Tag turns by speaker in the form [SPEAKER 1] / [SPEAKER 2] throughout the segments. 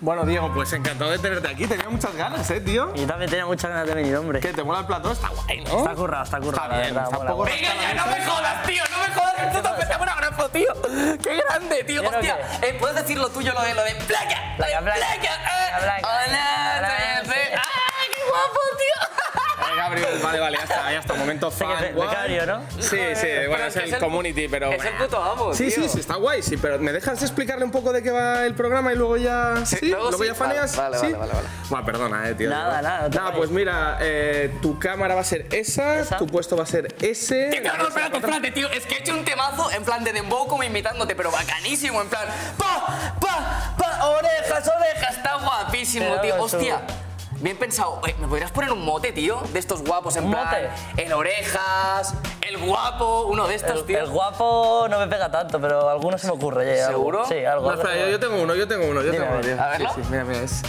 [SPEAKER 1] Bueno, Diego, pues encantado de tenerte aquí. Tenía muchas ganas, ¿eh, tío?
[SPEAKER 2] Yo también tenía muchas ganas de venir, hombre.
[SPEAKER 1] ¿Qué? ¿Te mola el plató? Está guay, ¿no?
[SPEAKER 2] Está currado, está currado.
[SPEAKER 1] Está
[SPEAKER 2] la
[SPEAKER 1] bien,
[SPEAKER 2] verdad,
[SPEAKER 1] está
[SPEAKER 2] mola,
[SPEAKER 1] poco
[SPEAKER 2] mola.
[SPEAKER 3] Venga, ya no me jodas, tío, no me jodas. Esto te pega una grafo, tío. Qué grande, tío.
[SPEAKER 2] ¿Quiero
[SPEAKER 3] Hostia, eh, puedes decir lo tuyo, lo de lo de placa. Lo de
[SPEAKER 2] Placa, placa.
[SPEAKER 3] placa. eh.
[SPEAKER 2] Placa, placa.
[SPEAKER 3] Hola,
[SPEAKER 2] Hola,
[SPEAKER 3] soy el- ¡Ah, qué guapo, tío!
[SPEAKER 1] Vale, Gabriel, vale, vale, ya está, ya está. Momento fan.
[SPEAKER 2] que be-
[SPEAKER 1] guay.
[SPEAKER 2] becario, ¿no?
[SPEAKER 1] Sí, sí, bueno, es el community, pero.
[SPEAKER 3] Es el puto amo,
[SPEAKER 1] Sí, sí, sí, está guay, sí, pero ¿me dejas explicarle un poco de qué va el programa y luego ya. Sí,
[SPEAKER 3] luego sí,
[SPEAKER 1] ya faneas.
[SPEAKER 3] vale, vale,
[SPEAKER 1] ¿Sí?
[SPEAKER 3] vale, vale, vale.
[SPEAKER 1] Bueno, perdona, eh, tío.
[SPEAKER 2] Nada, nada, no te
[SPEAKER 1] Nada,
[SPEAKER 2] vayas.
[SPEAKER 1] pues mira, eh, tu cámara va a ser esa,
[SPEAKER 2] Esa.
[SPEAKER 1] tu puesto va a ser ese.
[SPEAKER 3] Tío, no, espérate, espérate, tío. Es que he hecho un temazo en plan de dembow como imitándote, pero bacanísimo, en plan. ¡Pa! ¡Pa! ¡Pa! ¡Orejas, orejas! Está guapísimo,
[SPEAKER 2] Pero
[SPEAKER 3] tío.
[SPEAKER 2] eso.
[SPEAKER 3] Hostia. Bien pensado. Oye, ¿Me podrías poner un mote, tío? De estos guapos, en
[SPEAKER 2] ¿Un
[SPEAKER 3] plan.
[SPEAKER 2] mote?
[SPEAKER 3] El orejas, el guapo, uno de estos,
[SPEAKER 2] El,
[SPEAKER 3] tío.
[SPEAKER 2] el guapo no me pega tanto, pero alguno se me ocurre. oye, algo.
[SPEAKER 3] ¿Seguro?
[SPEAKER 2] Sí, algo.
[SPEAKER 1] No, espera, yo, yo tengo uno, yo tengo uno, yo
[SPEAKER 2] Dime,
[SPEAKER 1] tengo uno,
[SPEAKER 2] a ver.
[SPEAKER 1] tío.
[SPEAKER 3] A verlo.
[SPEAKER 1] Sí, sí, mira, mira, es.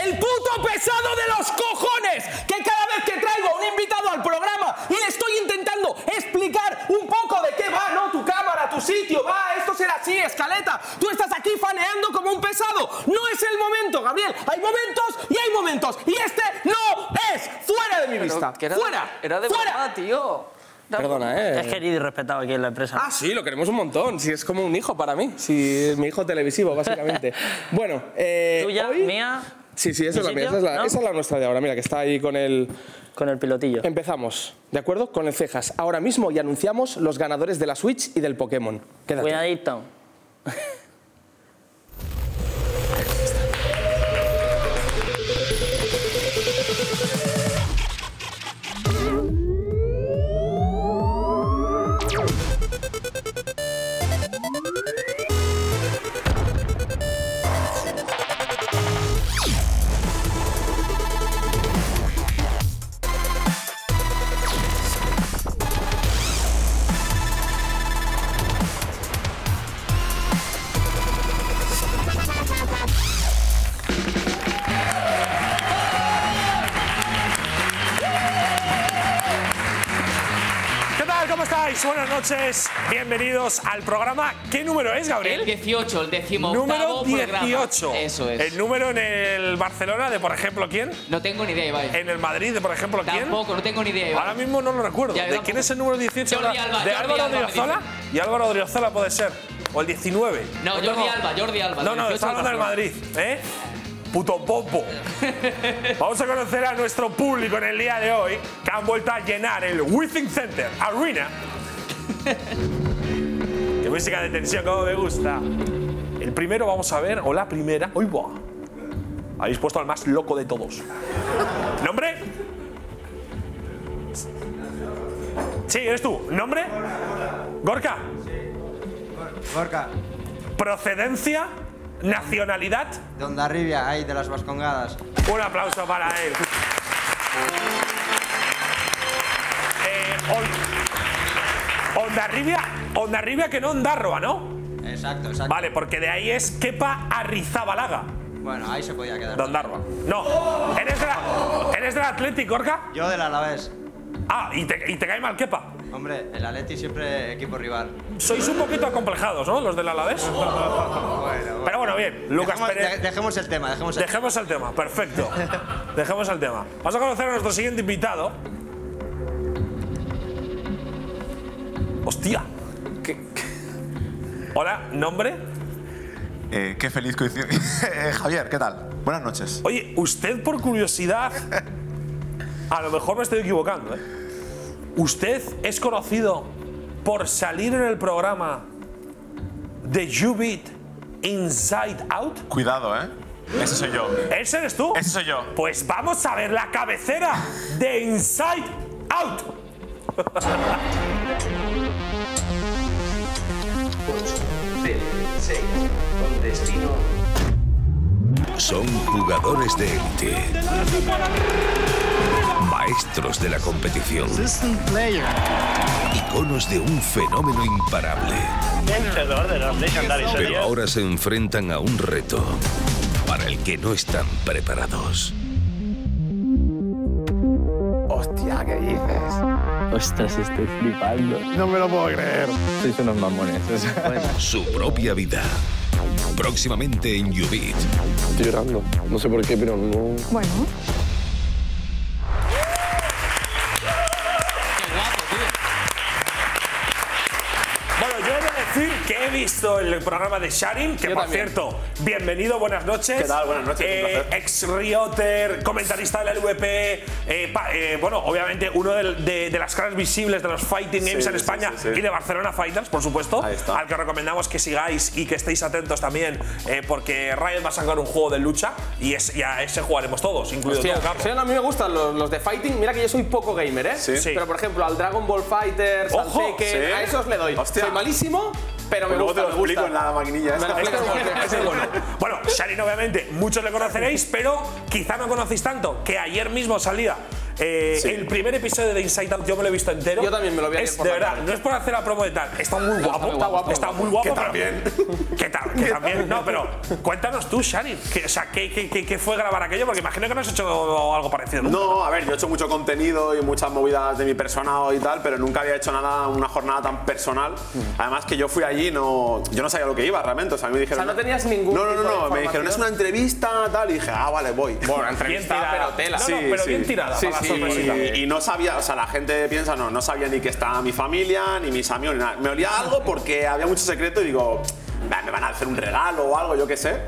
[SPEAKER 4] El puto pesado de los cojones, que cada vez que traigo a un invitado al programa y le estoy intentando explicar un poco de qué va, ¿no? Tu cámara, tu sitio, va, esto será así, escaleta. Tú estás aquí faneando como un pesado. No es el momento, Gabriel. Hay momentos y hay momentos. Y este no es. Fuera de mi vista.
[SPEAKER 3] Que era de-
[SPEAKER 4] fuera.
[SPEAKER 3] Era de
[SPEAKER 4] fuera.
[SPEAKER 3] broma, tío.
[SPEAKER 1] Perdona, eh.
[SPEAKER 2] Es querido y respetado aquí en la empresa.
[SPEAKER 1] Ah, sí, lo queremos un montón. Sí, es como un hijo para mí. Sí, es mi hijo televisivo, básicamente. bueno, eh,
[SPEAKER 2] Tuya,
[SPEAKER 1] hoy-
[SPEAKER 2] mía,
[SPEAKER 1] Sí, sí, esa es
[SPEAKER 2] ¿Mi
[SPEAKER 1] la mía. Esa
[SPEAKER 2] sitio?
[SPEAKER 1] es la,
[SPEAKER 2] ¿No?
[SPEAKER 1] esa es la nuestra de ahora. Mira, que está ahí con el.
[SPEAKER 2] con el pilotillo.
[SPEAKER 1] Empezamos, ¿de acuerdo? Con el cejas. Ahora mismo y anunciamos los ganadores de la Switch y del Pokémon. Quédate.
[SPEAKER 2] Cuidadito.
[SPEAKER 5] ¿Qué tal? ¿Cómo estáis? Buenas noches. Bienvenidos al programa. ¿Qué número es,
[SPEAKER 6] El
[SPEAKER 5] Gabriel?
[SPEAKER 6] 18, el décimo
[SPEAKER 5] Número
[SPEAKER 6] programa.
[SPEAKER 5] 18.
[SPEAKER 6] Eso es.
[SPEAKER 5] El número en el Barcelona de, por ejemplo, ¿quién?
[SPEAKER 6] No tengo ni idea, Ibai.
[SPEAKER 5] En el Madrid de, por ejemplo, ¿quién?
[SPEAKER 6] Tampoco, no tengo ni idea, Ibai.
[SPEAKER 5] Ahora mismo no lo recuerdo.
[SPEAKER 6] Ya, yo
[SPEAKER 5] ¿De
[SPEAKER 6] tampoco.
[SPEAKER 5] quién es el número 18?
[SPEAKER 6] Jordi Alba,
[SPEAKER 5] ¿De
[SPEAKER 6] Jordi
[SPEAKER 5] Álvaro
[SPEAKER 6] Alba, me
[SPEAKER 5] Odriozola? Y Álvaro Odriozola puede ser. O el 19.
[SPEAKER 6] No, Jordi
[SPEAKER 5] tengo-
[SPEAKER 6] Alba, Jordi Alba.
[SPEAKER 5] Pues No, no,
[SPEAKER 6] 18
[SPEAKER 5] está hablando del Madrid, ¿eh? Puto popo. Vamos a conocer a nuestro público en el día de hoy, que han vuelto a llenar el Withing Center Arena. Qué música de tensión, como me gusta. El primero vamos a ver, o la primera. ¡Uy, buah! Habéis puesto al más loco de todos. ¿Nombre? Sí, eres tú. ¿Nombre? ¿Gorka?
[SPEAKER 7] Gorka,
[SPEAKER 5] ¿Procedencia? ¿Nacionalidad?
[SPEAKER 7] de Ondarribia, ahí de las Vascongadas.
[SPEAKER 5] Un aplauso para él. Eh, On- Ondarribia, Ondarribia que no Ondarroa, ¿no?
[SPEAKER 7] Exacto, exacto.
[SPEAKER 5] Vale, porque de ahí es Kepa Arrizabalaga,
[SPEAKER 7] Bueno, ahí se podía
[SPEAKER 5] de
[SPEAKER 7] quedar.
[SPEAKER 5] Ondarroa. No, eres, de la, eres del Atlético, Orca.
[SPEAKER 7] Yo del Alavés.
[SPEAKER 5] Ah, y te, y te cae mal Kepa.
[SPEAKER 7] Hombre, el Atleti siempre equipo rival.
[SPEAKER 5] Sois un poquito acomplejados, ¿no? Los del Alavés. Pero bueno, bien. Lucas
[SPEAKER 7] dejemos,
[SPEAKER 5] Pérez.
[SPEAKER 7] de- dejemos el tema, dejemos el tema.
[SPEAKER 5] Dejemos el tema, perfecto. Dejemos el tema. Vamos a conocer a nuestro siguiente invitado. Hostia. Hola, nombre.
[SPEAKER 8] Eh, qué feliz coincidencia. Eh, Javier, ¿qué tal? Buenas noches.
[SPEAKER 5] Oye, usted por curiosidad, a lo mejor me estoy equivocando, ¿eh? Usted es conocido por salir en el programa de Jubit Inside Out.
[SPEAKER 8] Cuidado, ¿eh? Ese soy yo.
[SPEAKER 5] ¿Ese eres tú?
[SPEAKER 8] Ese soy yo.
[SPEAKER 5] Pues vamos a ver la cabecera de Inside Out.
[SPEAKER 9] Son jugadores de élite. Maestros de la competición. Iconos de un fenómeno imparable. Pero ahora se enfrentan a un reto para el que no están preparados.
[SPEAKER 2] Ostras, estoy flipando.
[SPEAKER 9] Su propia vida. Próximamente en Ubit.
[SPEAKER 1] Estoy llorando. No sé por qué, pero no.
[SPEAKER 10] Bueno,
[SPEAKER 5] Bueno, yo he de decir que he visto el programa de Sharin, que
[SPEAKER 1] Yo
[SPEAKER 5] por
[SPEAKER 1] también.
[SPEAKER 5] cierto, bienvenido, buenas noches. Eh,
[SPEAKER 8] ¿Qué tal? Buenas noches, un placer.
[SPEAKER 5] ex Rioter, comentarista de la LVP, eh, pa- eh, bueno, obviamente uno del- de, de las caras visibles de los Fighting Games
[SPEAKER 8] Sí,
[SPEAKER 5] en
[SPEAKER 8] sí,
[SPEAKER 5] España
[SPEAKER 8] sí, sí.
[SPEAKER 5] y de Barcelona Fighters, por supuesto, al que recomendamos que sigáis y que estéis atentos también, eh, porque Riot va a sacar un juego de lucha y, es- y a ese jugaremos todos, incluido
[SPEAKER 11] Hostia,
[SPEAKER 5] tú, Carlos.
[SPEAKER 11] o sea, a mí me gustan los, los de fighting. Mira que yo soy poco gamer, ¿eh?
[SPEAKER 5] Sí.
[SPEAKER 11] Pero por ejemplo, al Dragon Ball Fighters,
[SPEAKER 5] Ojo,
[SPEAKER 11] al Tekken,
[SPEAKER 5] sí.
[SPEAKER 11] a esos le doy.
[SPEAKER 5] Hostia.
[SPEAKER 11] Soy malísimo, pero
[SPEAKER 1] Pues
[SPEAKER 11] me
[SPEAKER 5] Luego
[SPEAKER 11] gusta.
[SPEAKER 5] te lo
[SPEAKER 11] me gusta.
[SPEAKER 5] explico en la maquinilla
[SPEAKER 11] Me lo
[SPEAKER 5] esta.
[SPEAKER 11] explico
[SPEAKER 5] Este es
[SPEAKER 11] porque-
[SPEAKER 5] bueno, este es bueno. Bueno, Sharin, obviamente, muchos le conoceréis, pero quizá no conocéis tanto que ayer mismo salía. eh,
[SPEAKER 8] Sí.
[SPEAKER 5] El primer episodio de Inside Out yo me lo he visto entero.
[SPEAKER 11] Yo también me lo vi ayer
[SPEAKER 5] Es,
[SPEAKER 11] por
[SPEAKER 5] De
[SPEAKER 11] la
[SPEAKER 5] verdad,
[SPEAKER 11] tarde.
[SPEAKER 5] no es por hacer la promo de tal. Está muy
[SPEAKER 11] Está
[SPEAKER 5] guapo.
[SPEAKER 11] muy guapo,
[SPEAKER 5] Está muy guapo. pero- Que, ta- que también. No, pero cuéntanos tú, Sharin. que- o sea, ¿qué, qué, qué- qué fue grabar aquello? Porque imagino que no has hecho algo parecido. nunca.
[SPEAKER 8] No, a ver, yo he hecho mucho contenido y muchas movidas de mi persona y tal, pero nunca había hecho nada, una jornada tan personal. Además que yo fui allí, no, yo no sabía lo que iba realmente. O sea, a mí me dijeron.
[SPEAKER 11] O sea, no tenías ningún
[SPEAKER 8] No, no,
[SPEAKER 11] tipo de
[SPEAKER 8] no, no. Me
[SPEAKER 11] información.
[SPEAKER 8] dijeron es una entrevista tal y dije, ah, vale, voy.
[SPEAKER 11] Bueno, entrevista, pero tela.
[SPEAKER 5] No, no, pero bien tirada para la sorpresita.
[SPEAKER 8] Y, y no sabía, o sea, la gente piensa, no, no sabía ni que estaba mi familia, ni mis amigos, ni nada. Me olía algo porque había mucho secreto y digo, "Bah, me van a hacer un regalo o algo, yo qué sé.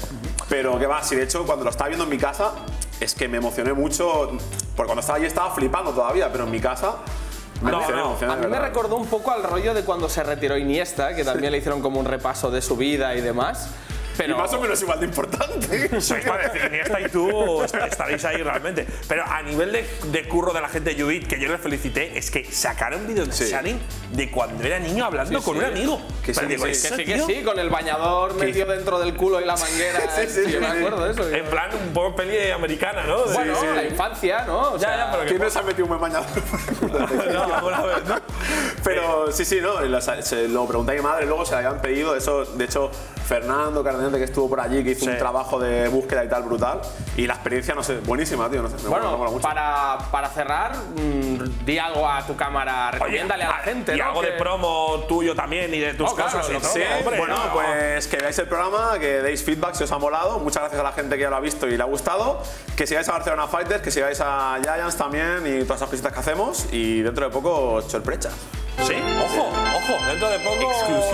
[SPEAKER 8] Pero que va, si de hecho cuando lo estaba viendo en mi casa, es que me emocioné mucho, porque cuando estaba allí estaba flipando todavía, pero en mi casa me
[SPEAKER 5] No,
[SPEAKER 8] emocioné,
[SPEAKER 5] no,
[SPEAKER 8] emocioné,
[SPEAKER 11] A
[SPEAKER 8] de
[SPEAKER 11] mí me
[SPEAKER 8] verdad.
[SPEAKER 11] recordó un poco al rollo de cuando se retiró Iniesta, que también le hicieron como un repaso de su vida y demás.
[SPEAKER 8] Y
[SPEAKER 11] Pero
[SPEAKER 8] más o menos igual de importante.
[SPEAKER 5] Sois parecidos, Pues, Iniesta y tú est- estaréis ahí realmente. Pero a nivel de, de curro de la gente de Judith, que yo les felicité, es que sacaron vídeos de
[SPEAKER 8] Sí.
[SPEAKER 5] Sharin de cuando era niño hablando
[SPEAKER 11] Sí,
[SPEAKER 5] con
[SPEAKER 11] sí.
[SPEAKER 5] un amigo.
[SPEAKER 8] Que
[SPEAKER 5] Pero
[SPEAKER 8] sí,
[SPEAKER 5] digo,
[SPEAKER 8] que
[SPEAKER 5] ¿eso,
[SPEAKER 11] que sí, que
[SPEAKER 5] tío?
[SPEAKER 11] sí, con el bañador metido dentro del culo y la manguera.
[SPEAKER 8] Sí, sí,
[SPEAKER 11] sí, yo
[SPEAKER 8] sí,
[SPEAKER 11] me
[SPEAKER 8] sí.
[SPEAKER 11] acuerdo de eso.
[SPEAKER 5] En plan, un poco peli americana, ¿no? De-
[SPEAKER 11] bueno,
[SPEAKER 5] sí.
[SPEAKER 11] la infancia, ¿no? O
[SPEAKER 5] Ya,
[SPEAKER 11] sea,
[SPEAKER 5] ya, pero que.
[SPEAKER 8] ¿Quién no se ha metido un buen bañador?
[SPEAKER 5] No, alguna vez, ¿no? Eh.
[SPEAKER 8] Pero sí, sí, no, lo, se lo pregunté a mi madre, luego se lo habían pedido, eso, de hecho, Fernando Cardenete que estuvo por allí, que hizo
[SPEAKER 5] Sí.
[SPEAKER 8] un trabajo de búsqueda y tal brutal, y la experiencia, no sé, buenísima, tío, no sé, me mola- me mola
[SPEAKER 11] Bueno,
[SPEAKER 8] mucho.
[SPEAKER 11] para, para cerrar, mm, di algo a tu cámara,
[SPEAKER 5] Oye,
[SPEAKER 11] recomiéndale a la
[SPEAKER 5] ah,
[SPEAKER 11] gente.
[SPEAKER 5] Y
[SPEAKER 11] ¿no?
[SPEAKER 5] algo de
[SPEAKER 11] Que-
[SPEAKER 5] promo tuyo también y de tus
[SPEAKER 11] Oh, claro,
[SPEAKER 5] cosas. y
[SPEAKER 11] lo que
[SPEAKER 5] todo,
[SPEAKER 8] Sí,
[SPEAKER 5] hombre,
[SPEAKER 8] bueno,
[SPEAKER 5] no, no.
[SPEAKER 8] pues que veáis el programa, que deis feedback si os ha molado. Muchas gracias a la gente que ya lo ha visto y le ha gustado. Que sigáis a Barcelona Fighters, que sigáis a Giants también y todas esas cositas que hacemos. Y dentro de poco, sorpresa.
[SPEAKER 5] Sí, ojo, ojo, dentro de poco.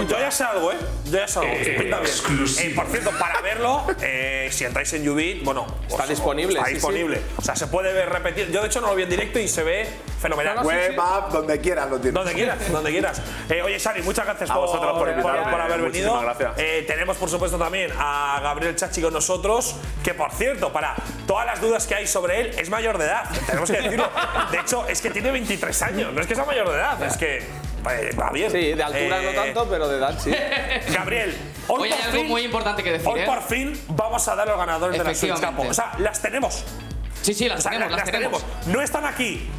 [SPEAKER 5] Yo ya salgo, ¿eh? Yo ya salgo. Pinta bien. Eh, por cierto, para verlo, eh, si entráis en Ubit, bueno.
[SPEAKER 11] Está
[SPEAKER 5] os-
[SPEAKER 11] disponible,
[SPEAKER 5] Está
[SPEAKER 11] sí,
[SPEAKER 5] disponible. O sea, se puede ver repetido. Yo, de hecho, no lo vi en directo y se ve fenomenal.
[SPEAKER 11] No, no, sí,
[SPEAKER 8] Web,
[SPEAKER 11] sí.
[SPEAKER 8] app, Pues donde quieras lo tienes.
[SPEAKER 5] Donde quieras, donde quieras. Eh, oye, Sari, muchas gracias
[SPEAKER 11] Oh,
[SPEAKER 8] A vosotros por invitarme.
[SPEAKER 5] por haber
[SPEAKER 8] Muchísimas
[SPEAKER 5] venido.
[SPEAKER 8] gracias.
[SPEAKER 5] Eh, tenemos, por supuesto, también a Gabriel Chachi con nosotros, que, por cierto, para todas las dudas que hay sobre él, es mayor de edad. Tenemos que decirlo. De hecho, es que tiene 23 años. No es que sea mayor de edad, es que eh, va bien.
[SPEAKER 11] Sí, de altura
[SPEAKER 5] Eh,
[SPEAKER 11] no tanto, pero de edad sí.
[SPEAKER 5] Gabriel, hoy,
[SPEAKER 3] Oye, hay
[SPEAKER 5] por
[SPEAKER 3] algo
[SPEAKER 5] fin,
[SPEAKER 3] muy importante que decir,
[SPEAKER 5] hoy
[SPEAKER 3] ¿eh?
[SPEAKER 5] por fin vamos a dar a los ganadores de la Switch
[SPEAKER 3] Efectivamente.
[SPEAKER 5] Capo. O sea, las tenemos.
[SPEAKER 3] Sí, sí,
[SPEAKER 5] O
[SPEAKER 3] las
[SPEAKER 5] sea,
[SPEAKER 3] tenemos, las tenemos.
[SPEAKER 5] No están aquí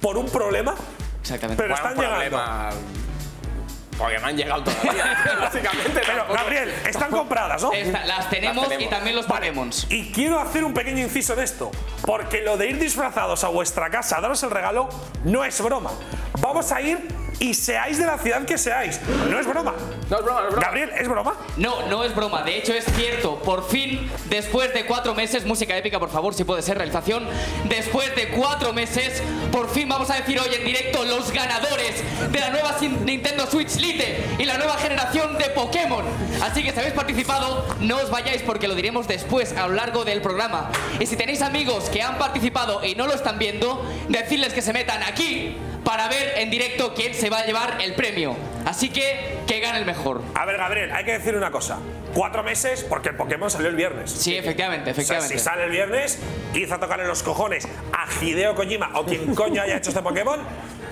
[SPEAKER 5] por un problema,
[SPEAKER 3] Exactamente.
[SPEAKER 11] Bueno,
[SPEAKER 5] pero están
[SPEAKER 11] un
[SPEAKER 5] llegando.
[SPEAKER 11] problema. Porque no han llegado todavía. Básicamente,
[SPEAKER 5] Pero,
[SPEAKER 11] tampoco-
[SPEAKER 5] Gabriel, están compradas, ¿no?
[SPEAKER 3] Esta- las, tenemos y
[SPEAKER 11] tenemos.
[SPEAKER 3] también los Pokémon.
[SPEAKER 5] Y quiero hacer un pequeño inciso en esto, porque lo de ir disfrazados a vuestra casa a daros el regalo no es broma. Vamos a ir y seáis de la ciudad que seáis. No es broma.
[SPEAKER 11] No es broma, no es broma.
[SPEAKER 5] Gabriel, ¿es broma?
[SPEAKER 3] No, no es broma, de hecho es cierto. Por fin, después de cuatro meses, música épica, por favor, si puede ser realización. Después de cuatro meses, por fin vamos a decir hoy en directo los ganadores de la nueva Sin- Nintendo Switch Lite y la nueva generación de Pokémon. Así que si habéis participado, no os vayáis porque lo diremos después a lo largo del programa. Y si tenéis amigos que han participado y no lo están viendo, decirles que se metan aquí para ver en directo quién se va a llevar el premio. Así que que gane el mejor.
[SPEAKER 5] A ver, Gabriel, hay que decir una cosa. Cuatro meses porque el Pokémon salió el viernes.
[SPEAKER 3] Sí, efectivamente,
[SPEAKER 5] Eh, O sea,
[SPEAKER 3] efectivamente.
[SPEAKER 5] si sale el viernes, hizo tocar en los cojones a Hideo Kojima o quien coño haya hecho este Pokémon,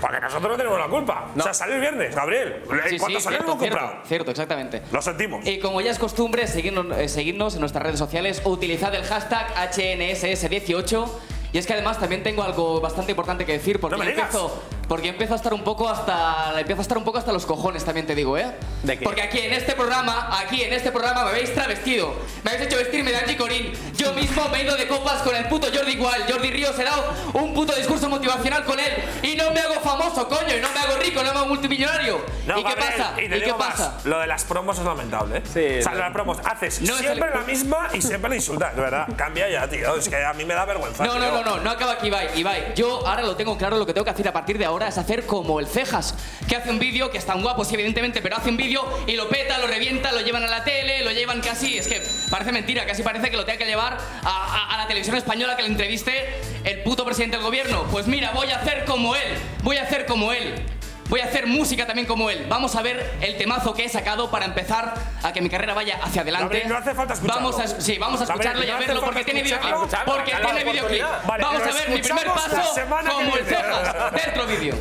[SPEAKER 5] porque nosotros no tenemos la culpa. O sea, sale el viernes, Gabriel. En
[SPEAKER 3] Sí,
[SPEAKER 5] cuanto
[SPEAKER 3] sí,
[SPEAKER 5] salió,
[SPEAKER 3] cierto,
[SPEAKER 5] lo hemos comprado.
[SPEAKER 3] Cierto, cierto, exactamente.
[SPEAKER 5] Lo sentimos.
[SPEAKER 3] Y como ya es costumbre, seguirnos, eh, seguirnos en nuestras redes sociales, utilizad el hashtag HNSS18. Y es que además también tengo algo bastante importante que decir porque
[SPEAKER 5] No me
[SPEAKER 3] yo
[SPEAKER 5] digas.
[SPEAKER 3] empiezo Porque empiezo a estar un poco hasta. Empiezo a estar un poco hasta los cojones, también te digo, ¿eh?
[SPEAKER 1] ¿De qué?
[SPEAKER 3] Porque aquí en este programa, aquí en este programa me habéis travestido. Me habéis hecho vestirme de Angie Corín. Yo mismo me he ido de copas con el puto Jordi Igual. Jordi Ríos he dado un puto discurso motivacional con él. Y no me hago famoso, coño. Y no me hago rico, no me hago multimillonario. ¿Y qué
[SPEAKER 5] Gabriel,
[SPEAKER 3] pasa?
[SPEAKER 5] Y, te
[SPEAKER 3] ¿Y qué
[SPEAKER 5] digo más,
[SPEAKER 3] pasa?
[SPEAKER 5] Lo de las promos es lamentable. ¿eh?
[SPEAKER 1] Sí,
[SPEAKER 5] o
[SPEAKER 1] no.
[SPEAKER 5] sea, lo de las promos. Haces
[SPEAKER 3] No es
[SPEAKER 5] siempre
[SPEAKER 3] el-
[SPEAKER 5] la misma y siempre la insultas, de verdad. Cambia ya, tío. Es que a mí me da vergüenza.
[SPEAKER 3] No, no,
[SPEAKER 5] tío.
[SPEAKER 3] no, no, no acaba aquí, Ibai. Ibai, yo ahora lo tengo claro, lo que tengo que hacer a partir de ahora es hacer como el Cejas, que hace un vídeo, que es tan guapo, sí, evidentemente, pero hace un vídeo y lo peta, lo revienta, lo llevan a la tele, lo llevan casi, es que parece mentira, casi parece que lo tenga que llevar a, a- a la televisión española que le entreviste el puto presidente del gobierno. Pues mira, voy a hacer como él, voy a hacer como él. Voy a hacer música también como él. Vamos a ver el temazo que he sacado para empezar a que mi carrera vaya hacia adelante.
[SPEAKER 5] Gabriel, no hace falta escucharlo.
[SPEAKER 3] Vamos a, sí, vamos a
[SPEAKER 5] Gabriel,
[SPEAKER 3] escucharlo y
[SPEAKER 5] no
[SPEAKER 3] a
[SPEAKER 5] hace
[SPEAKER 3] verlo
[SPEAKER 5] falta
[SPEAKER 3] porque tiene
[SPEAKER 5] escucharlo.
[SPEAKER 3] videoclip. Porque
[SPEAKER 5] Escucharlo,
[SPEAKER 3] tiene
[SPEAKER 5] dale la
[SPEAKER 3] videoclip.
[SPEAKER 5] oportunidad. Vale,
[SPEAKER 3] Vamos
[SPEAKER 5] lo
[SPEAKER 3] a ver mi primer
[SPEAKER 5] escuchamos la
[SPEAKER 3] paso
[SPEAKER 5] semana que
[SPEAKER 3] como el
[SPEAKER 5] viene.
[SPEAKER 3] Cejas. Dentro vídeo.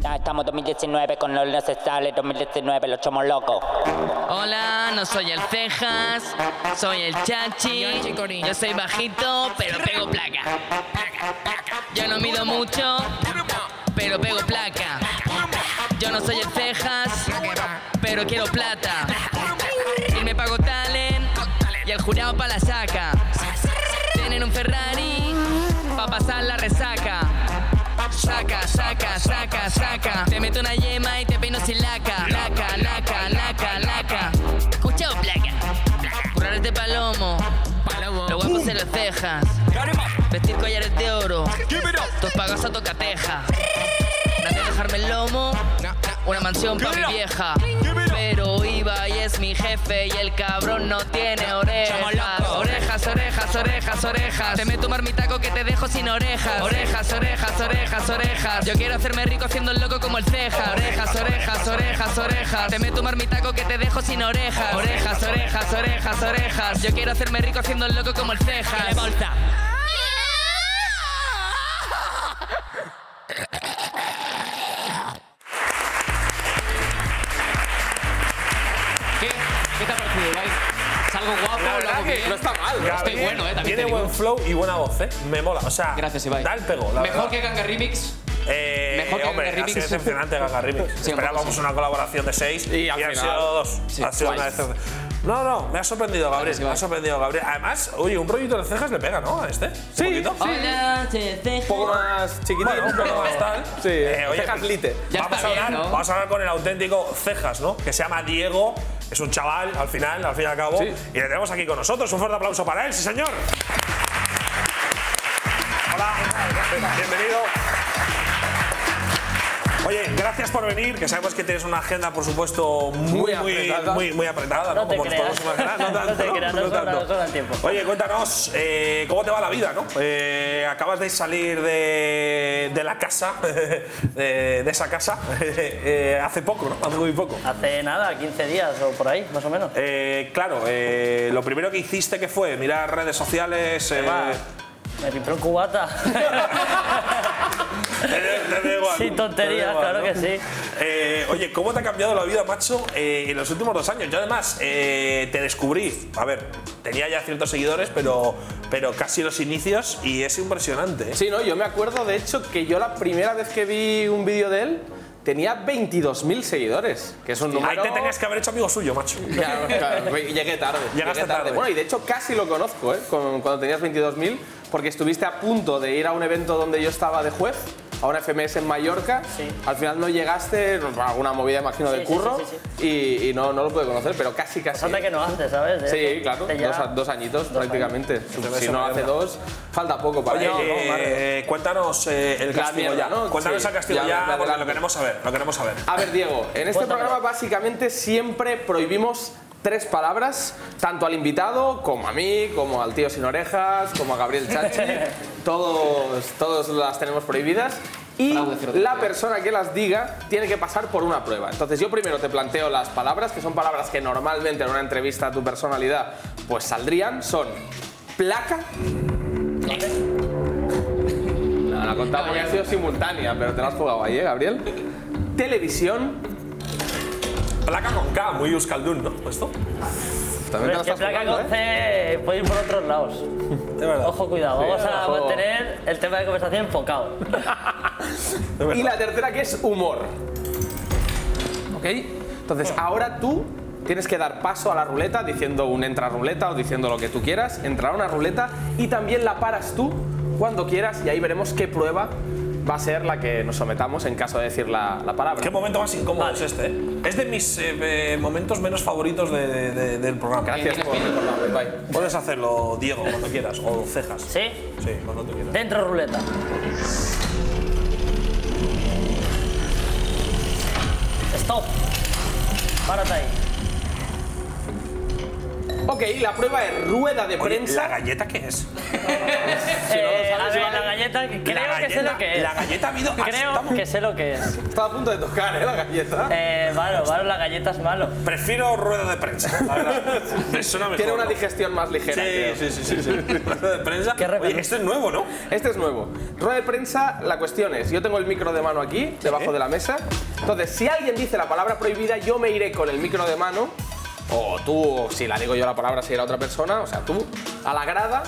[SPEAKER 10] Ya estamos 2019 con los necesarios, 2019 los chomos locos.
[SPEAKER 12] Hola, no soy el Cejas, soy el Chachi. Yo soy bajito, pero pego placa. Yo no mido mucho, pero pego placa. Yo no soy el Cejas, pero quiero plata. Y me pago talent y el jurado pa' la saca. Tienen un Ferrari pa' pasar la resaca. Saca, saca, saca, saca. Te meto una yema y te peino sin laca. Laca, laca, laca, laca. Escuchado, placa. Curar este palomo. Lo guapo se las cejas. Vestir collares de oro. Tus pagas a tocateja. No te dejarme el lomo. Una mansión pa' mi vieja. Pero iba y es mi jefe y el cabrón no tiene orejas. Orejas, orejas, orejas, orejas. Te meto un marmitaco que te dejo sin orejas. Orejas, orejas, orejas, orejas. Yo quiero hacerme rico haciendo el loco como el ceja. Orejas, orejas, orejas, orejas. Te meto un marmitaco que te dejo sin orejas. Orejas, orejas, orejas, orejas. Yo quiero hacerme rico haciendo el loco como el ceja.
[SPEAKER 3] ¿Qué? ¿Qué te ha parecido, Ibai? Salgo guapo,
[SPEAKER 5] La
[SPEAKER 3] lo
[SPEAKER 5] verdad
[SPEAKER 3] hago
[SPEAKER 5] que
[SPEAKER 3] bien. Estoy
[SPEAKER 5] Gabriel
[SPEAKER 3] bueno, eh, también te
[SPEAKER 5] Tiene
[SPEAKER 3] digo.
[SPEAKER 5] buen flow y buena voz, eh. Me mola. O sea,
[SPEAKER 3] Gracias, Ibai.
[SPEAKER 5] da el pego, la
[SPEAKER 3] Mejor
[SPEAKER 5] verdad.
[SPEAKER 3] que Ganga Remix.
[SPEAKER 5] Eh,
[SPEAKER 3] Mejor que
[SPEAKER 5] hombre,
[SPEAKER 3] Gaga Remix.
[SPEAKER 5] Ha sido decepcionante Gaga Remix.
[SPEAKER 3] Sí, un poco
[SPEAKER 5] Esperábamos
[SPEAKER 3] sí.
[SPEAKER 5] una colaboración de seis y,
[SPEAKER 1] al
[SPEAKER 5] han
[SPEAKER 1] final-
[SPEAKER 5] sido dos.
[SPEAKER 3] Sí,
[SPEAKER 5] ha sido una
[SPEAKER 3] guay.
[SPEAKER 5] decepción. No, no, me ha sorprendido Gabriel. Me ha sorprendido Gabriel. Además, oye, un rollito de cejas le pega, ¿no? A este. Un poquito.
[SPEAKER 12] Hola, soy el Cejas.
[SPEAKER 1] Un poco más chiquitito,
[SPEAKER 5] Bueno, un poco más tal.
[SPEAKER 1] Sí,
[SPEAKER 5] Eh, oye,
[SPEAKER 1] cejas
[SPEAKER 5] pues,
[SPEAKER 1] lite.
[SPEAKER 3] Ya
[SPEAKER 5] vamos,
[SPEAKER 3] está
[SPEAKER 5] a hablar,
[SPEAKER 3] bien, ¿no?
[SPEAKER 5] vamos a hablar con el auténtico Cejas, ¿no? Que se llama Diego. Es un chaval, al final, al fin y al cabo. Y le tenemos aquí con nosotros. Un fuerte aplauso para él, sí, señor. Hola, bienvenido. Oye, gracias por venir, que sabemos que tienes una agenda, por supuesto,
[SPEAKER 1] Muy
[SPEAKER 5] muy, muy, muy,
[SPEAKER 1] apretada.
[SPEAKER 5] muy, apretada.
[SPEAKER 2] No te
[SPEAKER 5] Como nos
[SPEAKER 2] creas.
[SPEAKER 5] podemos imaginar, no tanto,
[SPEAKER 2] No te creas, no
[SPEAKER 5] No
[SPEAKER 2] sobra-
[SPEAKER 5] tanto.
[SPEAKER 2] no sobra el tiempo.
[SPEAKER 5] Oye, cuéntanos, eh, ¿cómo te va la vida, no? Eh, acabas de salir de, de la casa, de, de esa casa, eh, hace poco, ¿no? Hace muy poco.
[SPEAKER 2] Hace nada, 15 días o por ahí, más o menos.
[SPEAKER 5] Eh, claro, eh, lo primero que hiciste que fue mirar redes sociales. eh,
[SPEAKER 2] va. Me pintó un cubata.
[SPEAKER 5] te- te da igual,
[SPEAKER 2] Sin
[SPEAKER 5] ¿no?
[SPEAKER 2] tonterías,
[SPEAKER 5] Te da igual,
[SPEAKER 2] claro
[SPEAKER 5] ¿no?
[SPEAKER 2] que sí.
[SPEAKER 5] Eh, oye, ¿cómo te ha cambiado la vida, macho, eh, en los últimos dos años? Yo además eh, te descubrí, a ver, tenía ya ciertos seguidores, pero, pero casi los inicios y es impresionante. ¿eh?
[SPEAKER 1] Sí, no, yo me acuerdo de hecho que yo la primera vez que vi un vídeo de él tenía 22.000 seguidores, que es un
[SPEAKER 5] Ahí
[SPEAKER 1] número.
[SPEAKER 5] te tenías que haber hecho amigo suyo, macho.
[SPEAKER 1] Claro, claro, llegué tarde.
[SPEAKER 5] Llegaste
[SPEAKER 1] llegué
[SPEAKER 5] tarde.
[SPEAKER 1] Bueno, y de hecho casi lo conozco, ¿eh? Con- cuando tenías 22.000, porque estuviste a punto de ir a un evento donde yo estaba de juez, a una FMS en Mallorca.
[SPEAKER 2] Sí.
[SPEAKER 1] Al final no llegaste, bueno, alguna movida, imagino,
[SPEAKER 2] Sí,
[SPEAKER 1] de
[SPEAKER 2] sí, sí,
[SPEAKER 1] curro,
[SPEAKER 2] sí,
[SPEAKER 1] Y, y no, no lo pude conocer, pero casi, casi.
[SPEAKER 2] Falta que no hace, ¿sabes?
[SPEAKER 1] Sí, claro,
[SPEAKER 2] Te ya-
[SPEAKER 1] dos, a- dos añitos
[SPEAKER 2] Dos
[SPEAKER 1] prácticamente. Si no hace dos, falta poco para
[SPEAKER 5] Oye,
[SPEAKER 1] ello, ¿no, Mario?
[SPEAKER 5] eh, cuéntanos eh, el
[SPEAKER 1] La
[SPEAKER 5] castigo
[SPEAKER 1] mierda,
[SPEAKER 5] ya.
[SPEAKER 1] ¿no?
[SPEAKER 5] Cuéntanos
[SPEAKER 1] Sí,
[SPEAKER 5] el castigo
[SPEAKER 1] ya, me
[SPEAKER 5] ya, porque lo
[SPEAKER 1] adelanto.
[SPEAKER 5] queremos saber, lo queremos saber.
[SPEAKER 1] A ver, Diego, en este
[SPEAKER 2] Cuéntame.
[SPEAKER 1] programa básicamente siempre prohibimos tres palabras, tanto al invitado como a mí, como al tío sin orejas, como a Gabriel Chachi. todos, todos las tenemos prohibidas. Y
[SPEAKER 3] Bravo, cero,
[SPEAKER 1] la
[SPEAKER 3] cero.
[SPEAKER 1] persona que las diga tiene que pasar por una prueba. Entonces yo primero te planteo las palabras, que son palabras que normalmente en una entrevista a tu personalidad pues saldrían. Son placa. No, la contaba porque ha sido simultánea, pero te la has jugado ahí, ¿eh, Gabriel? Televisión.
[SPEAKER 5] Placa con K, muy Euskaldun, ¿no? Esto.
[SPEAKER 1] También
[SPEAKER 2] Pero
[SPEAKER 1] te la
[SPEAKER 2] es que
[SPEAKER 1] estás
[SPEAKER 2] placa
[SPEAKER 1] jugando,
[SPEAKER 2] con
[SPEAKER 1] ¿eh?
[SPEAKER 2] C puede ir por otros lados.
[SPEAKER 5] De verdad.
[SPEAKER 2] Ojo, cuidado. Vamos a
[SPEAKER 1] ojo.
[SPEAKER 2] mantener el tema de conversación enfocado.
[SPEAKER 1] Y la tercera que es humor. ¿Ok? Entonces, ahora tú tienes que dar paso a la ruleta diciendo un entra ruleta o diciendo lo que tú quieras. Entrará una ruleta y también la paras tú cuando quieras y ahí veremos qué prueba va a ser la que nos sometamos en caso de decir la, la palabra.
[SPEAKER 5] Qué momento más incómodo es este. ¿eh? Es de mis eh, eh, momentos menos favoritos de- de- de- del programa.
[SPEAKER 1] Gracias por recordarme. Bye.
[SPEAKER 5] Puedes hacerlo, Diego, cuando quieras, o cejas. ¿Sí? Sí, cuando tú quieras.
[SPEAKER 2] Dentro ruleta. Stop. Párate ahí.
[SPEAKER 1] Ok, la prueba es rueda de prensa.
[SPEAKER 5] ¿La galleta qué es?
[SPEAKER 2] Eh, a ver, la galleta, creo que sé
[SPEAKER 5] galleta-
[SPEAKER 2] lo que es.
[SPEAKER 5] la galleta ha habido-
[SPEAKER 2] Creo que sé lo que es.
[SPEAKER 1] Estaba a punto de tocar, ¿eh? La galleta.
[SPEAKER 2] Eh, malo, malo, la galleta es malo.
[SPEAKER 5] Prefiero rueda de prensa. la verdad. Me suena mejor.
[SPEAKER 1] Tiene una
[SPEAKER 5] ¿no?
[SPEAKER 1] digestión más ligera. creo.
[SPEAKER 5] Sí, sí, sí, sí, sí. Rueda de prensa. Oye, este es nuevo, ¿no?
[SPEAKER 1] Este es nuevo. Rueda de prensa, la cuestión es, yo tengo el micro de mano aquí, debajo de la mesa. Entonces, si alguien dice la palabra prohibida, yo me iré con el micro de mano, o tú, o si la digo yo la palabra, si era otra persona, o sea, tú, a la grada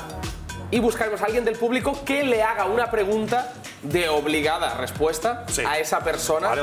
[SPEAKER 1] y buscaremos a alguien del público que le haga una pregunta de obligada respuesta a esa persona de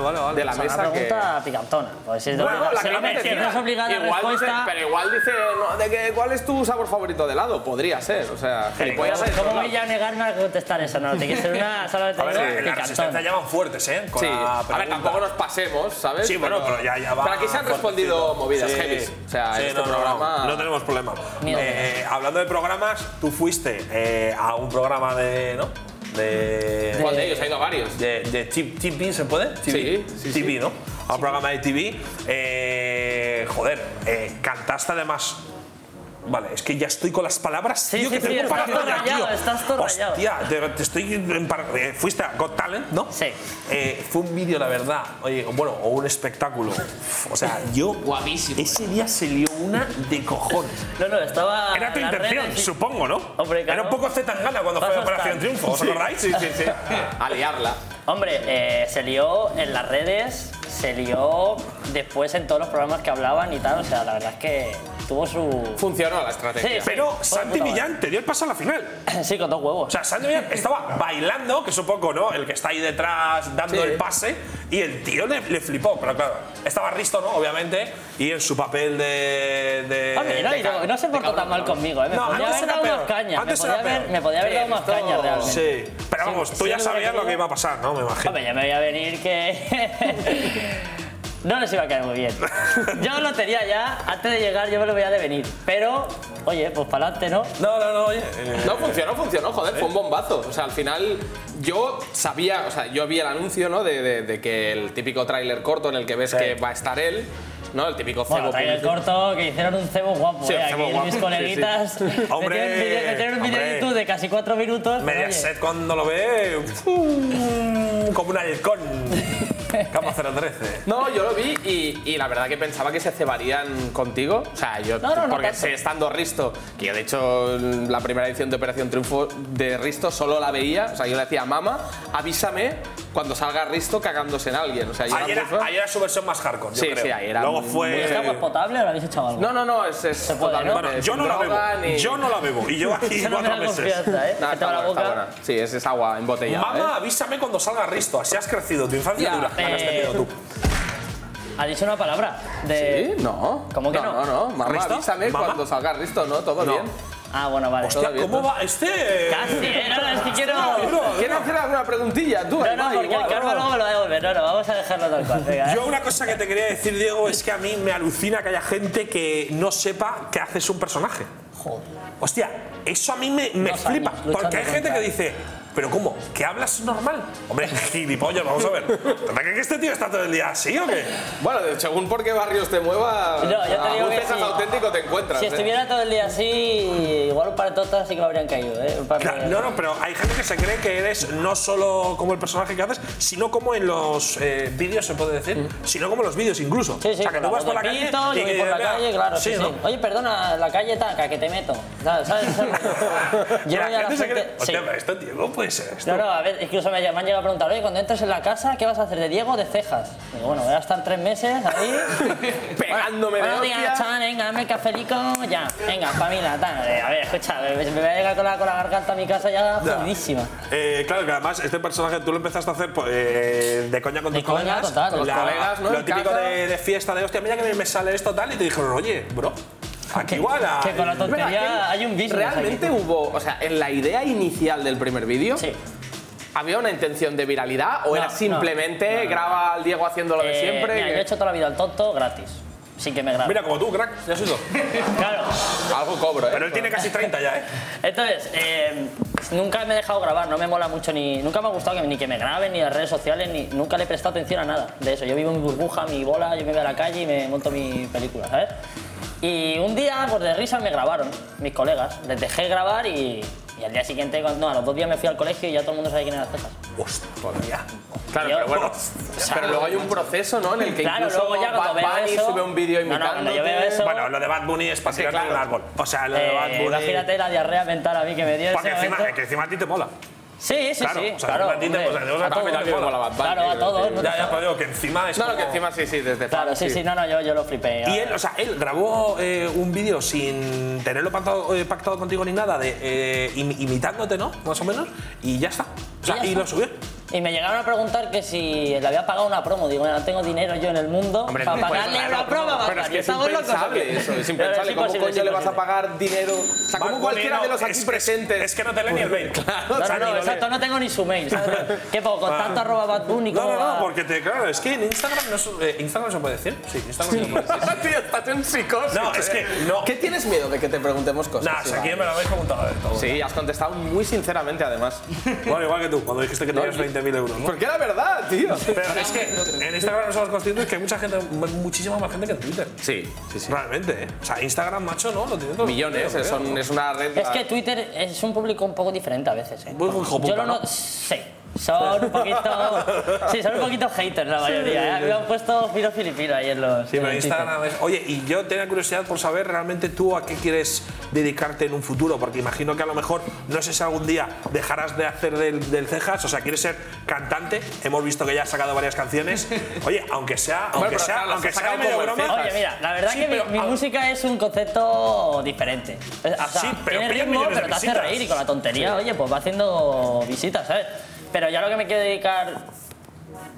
[SPEAKER 1] la
[SPEAKER 2] O sea,
[SPEAKER 1] mesa
[SPEAKER 2] Una
[SPEAKER 1] que...
[SPEAKER 2] pregunta picantona. Pues si es de
[SPEAKER 1] Bueno,
[SPEAKER 2] obliga-
[SPEAKER 1] la
[SPEAKER 2] si
[SPEAKER 1] que
[SPEAKER 2] no-
[SPEAKER 1] viene
[SPEAKER 2] si no
[SPEAKER 1] encima.
[SPEAKER 2] es obligada
[SPEAKER 1] Igual dice-
[SPEAKER 2] respuesta.
[SPEAKER 1] pero igual dice, no, de que, ¿cuál es tu sabor favorito de helado? Podría ser, o sea, gilipollas hay de
[SPEAKER 2] ¿Cómo
[SPEAKER 1] todos
[SPEAKER 2] voy yo a negarme a contestar eso? No, tiene que ser una solamente
[SPEAKER 5] A ver,
[SPEAKER 2] digo,
[SPEAKER 5] eh, la resistencia
[SPEAKER 2] picantona.
[SPEAKER 5] llaman fuertes, ¿eh? Con
[SPEAKER 1] Sí.
[SPEAKER 5] la
[SPEAKER 1] A ver,
[SPEAKER 5] pregunta.
[SPEAKER 1] tampoco nos pasemos, ¿sabes?
[SPEAKER 5] Sí, bueno, pero ya- ya va
[SPEAKER 1] Pero aquí se han respondido
[SPEAKER 5] fuertecito.
[SPEAKER 1] movidas
[SPEAKER 5] Sí.
[SPEAKER 1] heavies. O sea,
[SPEAKER 5] Sí,
[SPEAKER 1] en este
[SPEAKER 5] no, no,
[SPEAKER 1] programa.
[SPEAKER 5] No, tenemos problema.
[SPEAKER 2] Miedo.
[SPEAKER 5] Eh, hablando de programas, tú fuiste eh, a un programa de. ¿No? De.
[SPEAKER 1] ¿Cuál de ellos? Ha ido a varios.
[SPEAKER 5] De, de T- TV, ¿se puede? TV,
[SPEAKER 1] Sí, sí,
[SPEAKER 5] TV, ¿no? A un programa de TV. Eh, joder, eh, cantaste además. Vale, es que ya estoy con las palabras, tío,
[SPEAKER 2] sí,
[SPEAKER 5] que
[SPEAKER 2] sí,
[SPEAKER 5] tengo
[SPEAKER 2] estás
[SPEAKER 5] paranoia,
[SPEAKER 2] todo rayado,
[SPEAKER 5] tío.
[SPEAKER 2] estás todo rayado.
[SPEAKER 5] Hostia, te, te estoy empar- eh, Fuiste a Got Talent, ¿no?
[SPEAKER 2] Sí.
[SPEAKER 5] Eh, fue un vídeo, la verdad. Oye, bueno, o un espectáculo. O sea, yo.
[SPEAKER 1] eh.
[SPEAKER 3] Guapísimo.
[SPEAKER 5] Ese día se lió una de cojones.
[SPEAKER 2] No, no, estaba.
[SPEAKER 5] Era tu
[SPEAKER 2] en Ah, las
[SPEAKER 5] intención,
[SPEAKER 2] redes y-
[SPEAKER 5] supongo, ¿no?
[SPEAKER 2] Hombre, claro.
[SPEAKER 5] Era un poco Zetangana cuando
[SPEAKER 2] Vas
[SPEAKER 5] fue
[SPEAKER 2] a
[SPEAKER 5] Operación
[SPEAKER 2] estar.
[SPEAKER 5] Triunfo, ¿os
[SPEAKER 1] Sí.
[SPEAKER 5] acordáis?
[SPEAKER 1] Sí, sí, sí. a liarla.
[SPEAKER 2] Hombre, eh, se lió en las redes, se lió después en todos los programas que hablaban y tal. O sea, la verdad es que tuvo su.
[SPEAKER 1] Funcionó la estrategia.
[SPEAKER 2] Sí, sí.
[SPEAKER 5] Pero
[SPEAKER 2] Fue
[SPEAKER 5] Santi
[SPEAKER 2] puta
[SPEAKER 5] Millán te dio el paso a la final.
[SPEAKER 2] Sí, con dos
[SPEAKER 5] O
[SPEAKER 2] huevos.
[SPEAKER 5] sea, Santi Millán estaba bailando, que es un poco, ¿no? El que está ahí detrás dando
[SPEAKER 1] Sí.
[SPEAKER 5] el pase, y el tío le, le flipó, pero claro, estaba Risto, ¿no? Obviamente, y en su papel de. eh, de-
[SPEAKER 2] Hombre, no, y no, no se portó tan mal conmigo, ¿eh. Me
[SPEAKER 5] No,
[SPEAKER 2] podía
[SPEAKER 5] antes
[SPEAKER 2] haber
[SPEAKER 5] era
[SPEAKER 2] dado
[SPEAKER 5] peor.
[SPEAKER 2] más caña. Me
[SPEAKER 5] Antes
[SPEAKER 2] podía,
[SPEAKER 5] era peor.
[SPEAKER 2] haber, me podía haber dado más
[SPEAKER 1] esto-
[SPEAKER 2] caña realmente.
[SPEAKER 5] Sí. Pero
[SPEAKER 2] Sí,
[SPEAKER 5] vamos,
[SPEAKER 2] sí,
[SPEAKER 5] tú ya
[SPEAKER 2] lo hubiera
[SPEAKER 5] sabías lo
[SPEAKER 2] querido.
[SPEAKER 5] que iba a pasar, ¿no? Me imagino.
[SPEAKER 2] Hombre, ya me voy a venir que. No les iba a caer muy bien. Yo lo tenía ya, antes de llegar yo me lo voy a devenir. Pero, oye, pues para adelante, ¿no?
[SPEAKER 5] No, no, no, oye. eh,
[SPEAKER 1] No, funcionó, funcionó, joder, fue un bombazo. O sea, al final yo sabía, o sea, yo vi el anuncio, ¿no? De, de- de que el típico tráiler corto en el que ves que va a estar él, ¿no? El típico
[SPEAKER 2] Bueno,
[SPEAKER 1] cebo
[SPEAKER 2] trae el
[SPEAKER 1] publicitario.
[SPEAKER 2] corto que hicieron un cebo guapo.
[SPEAKER 1] Sí,
[SPEAKER 2] eh,
[SPEAKER 1] un
[SPEAKER 2] Aquí
[SPEAKER 1] cebo guapo,
[SPEAKER 2] mis
[SPEAKER 1] sí, sí.
[SPEAKER 2] coleguitas metieron
[SPEAKER 5] Hombre,
[SPEAKER 2] un vídeo- metieron un vídeo
[SPEAKER 5] hombre.
[SPEAKER 2] en YouTube de casi cuatro minutos. pero, oye,
[SPEAKER 5] Mediaset cuando lo ve, ¡fum! como un halcón. Cama 013.
[SPEAKER 1] No, yo lo vi y, y la verdad que pensaba que se cebarían contigo. O sea, yo.
[SPEAKER 2] No, no, no
[SPEAKER 1] porque
[SPEAKER 2] tanto.
[SPEAKER 1] sé, estando Risto, que yo de hecho la primera edición de Operación Triunfo de Risto solo la veía. O sea, yo le decía, mamá, avísame cuando salga Risto cagándose en alguien. O sea, yo era
[SPEAKER 5] Ayer,
[SPEAKER 1] muy fan.
[SPEAKER 5] era- ayer era su versión más hardcore, yo
[SPEAKER 1] Sí,
[SPEAKER 5] creo.
[SPEAKER 1] sí, ayer era
[SPEAKER 5] Luego
[SPEAKER 1] muy-
[SPEAKER 5] fue.
[SPEAKER 2] ¿Es agua potable o lo habéis echado algo?
[SPEAKER 1] No, no, no, es, es
[SPEAKER 2] Se puede, ¿no?
[SPEAKER 1] totalmente
[SPEAKER 5] Bueno, yo
[SPEAKER 1] sin
[SPEAKER 5] no la bebo.
[SPEAKER 1] droga ni-
[SPEAKER 5] Yo no la bebo. Y llevo aquí
[SPEAKER 2] Eso no me
[SPEAKER 5] cuatro
[SPEAKER 2] da
[SPEAKER 5] meses.
[SPEAKER 2] confianza, ¿eh?
[SPEAKER 1] Nada,
[SPEAKER 2] Que te
[SPEAKER 1] está
[SPEAKER 2] va la
[SPEAKER 1] buena, está
[SPEAKER 2] boca.
[SPEAKER 1] buena. Sí, es, es agua embotellada.
[SPEAKER 5] Mamá,
[SPEAKER 1] ¿eh?
[SPEAKER 5] avísame cuando salga Risto. Así has crecido. Tu infancia
[SPEAKER 1] Ya,
[SPEAKER 5] dura. La has
[SPEAKER 2] eh,
[SPEAKER 5] tenido tú.
[SPEAKER 2] Ha dicho una palabra. De...
[SPEAKER 1] ¿eh? ¿Sí? No.
[SPEAKER 2] ¿Cómo que
[SPEAKER 1] no? No,
[SPEAKER 2] no?
[SPEAKER 1] no, Mamá,
[SPEAKER 5] ¿Risto?
[SPEAKER 1] avísame
[SPEAKER 5] ¿Mamá?
[SPEAKER 1] cuando salga Risto, ¿no? Todo
[SPEAKER 5] No.
[SPEAKER 1] bien.
[SPEAKER 2] Ah, bueno, vale.
[SPEAKER 5] Hostia,
[SPEAKER 1] bien,
[SPEAKER 5] ¿cómo
[SPEAKER 1] ¿no?
[SPEAKER 5] va este? Ah,
[SPEAKER 2] Casi, eh, no, no, es que quiero.
[SPEAKER 5] Duro, duro.
[SPEAKER 1] ¿Quieres hacer alguna preguntilla? Tú,
[SPEAKER 2] No, no,
[SPEAKER 1] Aymar,
[SPEAKER 2] porque el
[SPEAKER 1] igual,
[SPEAKER 2] karma luego me lo va a devolver. No, no, vamos a dejarlo tal cual. Venga, ¿eh?
[SPEAKER 5] Yo una cosa que te quería decir, Diego, es que a mí me alucina que haya gente que no sepa que haces un personaje. Hostia, eso a mí me, me
[SPEAKER 2] Dos
[SPEAKER 5] flipa.
[SPEAKER 2] años luchando
[SPEAKER 5] Porque hay gente
[SPEAKER 2] contra-
[SPEAKER 5] que dice, ¿pero cómo? ¿Que hablas normal? Hombre, gilipollas, vamos a ver. ¿Te crees que este tío está todo el día así o qué?
[SPEAKER 1] Bueno, según por qué barrios te muevas,
[SPEAKER 2] No, yo te digo
[SPEAKER 1] algún
[SPEAKER 2] que
[SPEAKER 1] Texas
[SPEAKER 2] sí.
[SPEAKER 1] auténtico te encuentras.
[SPEAKER 2] Si
[SPEAKER 1] ¿eh?
[SPEAKER 2] estuviera todo el día así, igual un par de totas sí que me habrían caído, ¿eh? Un par de-
[SPEAKER 5] Claro, no, no, pero hay gente que se cree que eres no solo como el personaje que haces, sino como en los eh, vídeos, se puede decir, sino como en los vídeos incluso.
[SPEAKER 2] Mm. Sí, sí,
[SPEAKER 5] o sea, que tú
[SPEAKER 2] claro,
[SPEAKER 5] vas por la
[SPEAKER 2] de
[SPEAKER 5] calle
[SPEAKER 2] pito, yo
[SPEAKER 5] y
[SPEAKER 2] voy
[SPEAKER 5] que
[SPEAKER 2] por la
[SPEAKER 5] vea-
[SPEAKER 2] calle, claro, sí, sí.
[SPEAKER 5] ¿no?
[SPEAKER 2] Oye, perdona, la calle taca, que te meto. ¿Sabes? ¿Sabes? ¿Sabes? Yo
[SPEAKER 5] La
[SPEAKER 2] voy a la
[SPEAKER 5] gente se
[SPEAKER 2] gente-
[SPEAKER 5] cree-
[SPEAKER 2] sí.
[SPEAKER 5] Hostia, pero esto, Diego, puede puede ser esto?
[SPEAKER 2] No, no, a ver, incluso me, me han llegado a preguntar, oye, cuando entres en la casa, ¿qué vas a hacer de Diego o de cejas? Digo, bueno, voy a estar tres meses ahí.
[SPEAKER 1] Pegándome de
[SPEAKER 2] Buenos días,
[SPEAKER 1] hostias.
[SPEAKER 2] chan, venga, dame el cafelico, ya. Venga, familia, tal. Eh, A ver, escucha, me, me voy a llegar con la, con la garganta a mi casa ya
[SPEAKER 5] Ya.
[SPEAKER 2] jodidísima.
[SPEAKER 5] Eh, claro, que además este personaje tú lo empezaste a hacer pues, eh, de coña con
[SPEAKER 2] De
[SPEAKER 5] tus
[SPEAKER 2] coña,
[SPEAKER 5] colegas.
[SPEAKER 2] total, con los colegas, ¿no?
[SPEAKER 5] Lo
[SPEAKER 2] En
[SPEAKER 5] típico
[SPEAKER 2] casa.
[SPEAKER 5] de, de fiesta, de hostia, mira que me, me sale esto tal, y te dijeron, oye, bro, aquí igual.
[SPEAKER 2] Ah, que con la
[SPEAKER 5] hay-
[SPEAKER 2] tontería
[SPEAKER 1] Mira,
[SPEAKER 2] hay un business
[SPEAKER 1] Realmente hubo, o sea, en la idea inicial del primer vídeo. ¿Había una intención de viralidad o
[SPEAKER 2] No,
[SPEAKER 1] era
[SPEAKER 2] no,
[SPEAKER 1] simplemente
[SPEAKER 2] no, no.
[SPEAKER 1] graba al Diego haciendo lo de
[SPEAKER 2] Eh,
[SPEAKER 1] siempre?
[SPEAKER 2] mira,
[SPEAKER 1] que-
[SPEAKER 2] yo he hecho toda la vida el tonto gratis, sin que me grabe.
[SPEAKER 5] Mira, como tú, crack, ya has ido.
[SPEAKER 2] Claro.
[SPEAKER 1] Algo cobro, ¿eh?
[SPEAKER 5] Pero él tiene casi 30 ya, ¿eh?
[SPEAKER 2] Entonces, eh, nunca me he dejado grabar, no me mola mucho ni. Nunca me ha gustado que, ni que me graben, ni las redes sociales, ni. Nunca le he prestado atención a nada de eso. Yo vivo mi burbuja, mi bola, yo me voy a la calle y me monto mi película, ¿sabes? Y un día, pues de risa, me grabaron mis colegas. Les dejé grabar y. Y al día siguiente, cuando- no, a los dos días me fui al colegio y ya todo el mundo sabe quién era las cejas.
[SPEAKER 5] Hostia.
[SPEAKER 1] Claro, pero bueno. Pero luego hay un proceso, ¿no? En el que
[SPEAKER 2] Claro,
[SPEAKER 1] incluso
[SPEAKER 2] luego ya cuando
[SPEAKER 1] Bad
[SPEAKER 2] veo
[SPEAKER 1] Bunny
[SPEAKER 2] eso-
[SPEAKER 1] sube un vídeo
[SPEAKER 2] No, no,
[SPEAKER 1] imitando.
[SPEAKER 2] cuando yo veo eso-
[SPEAKER 5] Bueno, lo de Bad Bunny es para tirarte de un árbol. O sea, lo de
[SPEAKER 2] Eh,
[SPEAKER 5] Bad Bunny.
[SPEAKER 2] imagínate la diarrea mental a mí que me dio en
[SPEAKER 5] Para que
[SPEAKER 2] ese
[SPEAKER 5] encima,
[SPEAKER 2] momento.
[SPEAKER 5] que encima a ti te mola.
[SPEAKER 2] Sí, sí,
[SPEAKER 5] claro,
[SPEAKER 2] sí.
[SPEAKER 5] o sea,
[SPEAKER 2] claro,
[SPEAKER 5] a ti te,
[SPEAKER 1] pues,
[SPEAKER 2] hombre.
[SPEAKER 5] o sea, de verdad,
[SPEAKER 2] A todos
[SPEAKER 5] a ti te
[SPEAKER 2] nos
[SPEAKER 5] mola
[SPEAKER 2] mola
[SPEAKER 5] Bad Bunny.
[SPEAKER 2] Claro, a todos.
[SPEAKER 5] Ya, ya, pero digo que encima es.
[SPEAKER 1] No, no, que
[SPEAKER 5] como-
[SPEAKER 1] encima sí, sí, desde
[SPEAKER 2] Claro,
[SPEAKER 1] fan,
[SPEAKER 2] sí, sí, no, no, yo, yo lo flipé.
[SPEAKER 5] Y él, o sea, él grabó eh, un vídeo sin tenerlo pactado, eh, pactado contigo ni nada, de eh, im- imitándote, ¿no? Más o menos, y ya está. O sea,
[SPEAKER 2] Y ya
[SPEAKER 5] y,
[SPEAKER 2] está.
[SPEAKER 5] lo subió.
[SPEAKER 2] Y me llegaron a preguntar que si le había pagado una promo. Digo, no tengo dinero yo en el mundo
[SPEAKER 1] Hombre,
[SPEAKER 2] para
[SPEAKER 1] no puedes
[SPEAKER 2] pagarle
[SPEAKER 1] pagar
[SPEAKER 2] una
[SPEAKER 1] una
[SPEAKER 2] promo.
[SPEAKER 1] promo. Pero
[SPEAKER 2] basta,
[SPEAKER 1] es que
[SPEAKER 2] que
[SPEAKER 1] es
[SPEAKER 2] estamos locos,
[SPEAKER 1] impensable
[SPEAKER 2] ¿o qué?
[SPEAKER 1] eso, es
[SPEAKER 2] Pero
[SPEAKER 1] impensable. ¿Cómo
[SPEAKER 2] imposible,
[SPEAKER 1] coño le vas a
[SPEAKER 2] imposible.
[SPEAKER 1] pagar dinero? O sea, como
[SPEAKER 5] Bad
[SPEAKER 1] cualquiera
[SPEAKER 5] Bunny,
[SPEAKER 1] de
[SPEAKER 5] eh, no,
[SPEAKER 1] los aquí
[SPEAKER 5] es-
[SPEAKER 1] presentes.
[SPEAKER 5] Es que no te lee ni el mail. Claro, o sea,
[SPEAKER 2] No,
[SPEAKER 5] ni
[SPEAKER 2] no,
[SPEAKER 5] lo
[SPEAKER 2] no,
[SPEAKER 5] lee.
[SPEAKER 2] exacto, no tengo ni su mail. ¿sabes? ¿Qué poco? Contacto arroba Bad Bunny,
[SPEAKER 5] No,
[SPEAKER 2] ¿cómo
[SPEAKER 5] no,
[SPEAKER 2] va?
[SPEAKER 5] no, porque te, claro, es que en Instagram no, se- eh, Instagram se puede decir. Sí, Instagram se puede decir.
[SPEAKER 1] Tío, estás en psicosis.
[SPEAKER 5] No, es que no.
[SPEAKER 1] ¿Qué tienes miedo de que te preguntemos cosas?
[SPEAKER 5] Nah, si
[SPEAKER 1] Iván?
[SPEAKER 5] aquí me lo habéis preguntado de todo.
[SPEAKER 1] Sí, has contestado muy sinceramente, además.
[SPEAKER 5] Bueno, igual que tú, cuando dijiste que tenías 20.000 euros. ¿no?
[SPEAKER 1] Porque era verdad, tío.
[SPEAKER 5] Pero es que en Instagram no somos conscientes que hay mucha gente, muchísima más gente que en Twitter.
[SPEAKER 1] Sí, sí, sí.
[SPEAKER 5] Realmente, ¿eh? O sea, Instagram, macho, no, lo tiene todo.
[SPEAKER 1] Millones,
[SPEAKER 5] Lo
[SPEAKER 1] eh,
[SPEAKER 5] veo,
[SPEAKER 1] son-
[SPEAKER 5] ¿no?
[SPEAKER 1] es una red.
[SPEAKER 2] Es que Twitter es un público un poco diferente a veces, ¿eh?
[SPEAKER 5] Ah. Muy hijo puta,
[SPEAKER 2] Yo lo
[SPEAKER 5] ¿no?
[SPEAKER 2] no... Sí. Son un poquito... Sí, son un poquito haters la mayoría, ¿eh? Me han puesto filo filipino ahí en los...
[SPEAKER 5] Sí,
[SPEAKER 2] en
[SPEAKER 5] pero
[SPEAKER 2] el Twitter.
[SPEAKER 5] Instagram es- Oye, y yo tenía curiosidad por saber realmente tú a qué quieres dedicarte en un futuro, porque imagino que a lo mejor, no sé si algún día dejarás de hacer del, del cejas, o sea, quieres ser cantante, hemos visto que ya has sacado varias canciones. Oye, aunque sea, aunque
[SPEAKER 1] pero
[SPEAKER 5] sea,
[SPEAKER 1] claro,
[SPEAKER 5] aunque
[SPEAKER 1] las has
[SPEAKER 5] sea de
[SPEAKER 1] sacado
[SPEAKER 5] medio
[SPEAKER 1] como el
[SPEAKER 5] broma.
[SPEAKER 1] cejas.
[SPEAKER 2] Oye, mira, la verdad
[SPEAKER 5] Sí,
[SPEAKER 2] que mi,
[SPEAKER 5] pero-
[SPEAKER 2] mi
[SPEAKER 5] ah,
[SPEAKER 2] música es un concepto diferente. O sea,
[SPEAKER 5] Sí, pero
[SPEAKER 2] tiene
[SPEAKER 5] pilla
[SPEAKER 2] ritmo,
[SPEAKER 5] millones de
[SPEAKER 2] pero te hace
[SPEAKER 5] visitas.
[SPEAKER 2] reír y con la tontería,
[SPEAKER 5] Sí.
[SPEAKER 2] oye, pues va haciendo visitas, ¿sabes? Pero ya lo que me quiero dedicar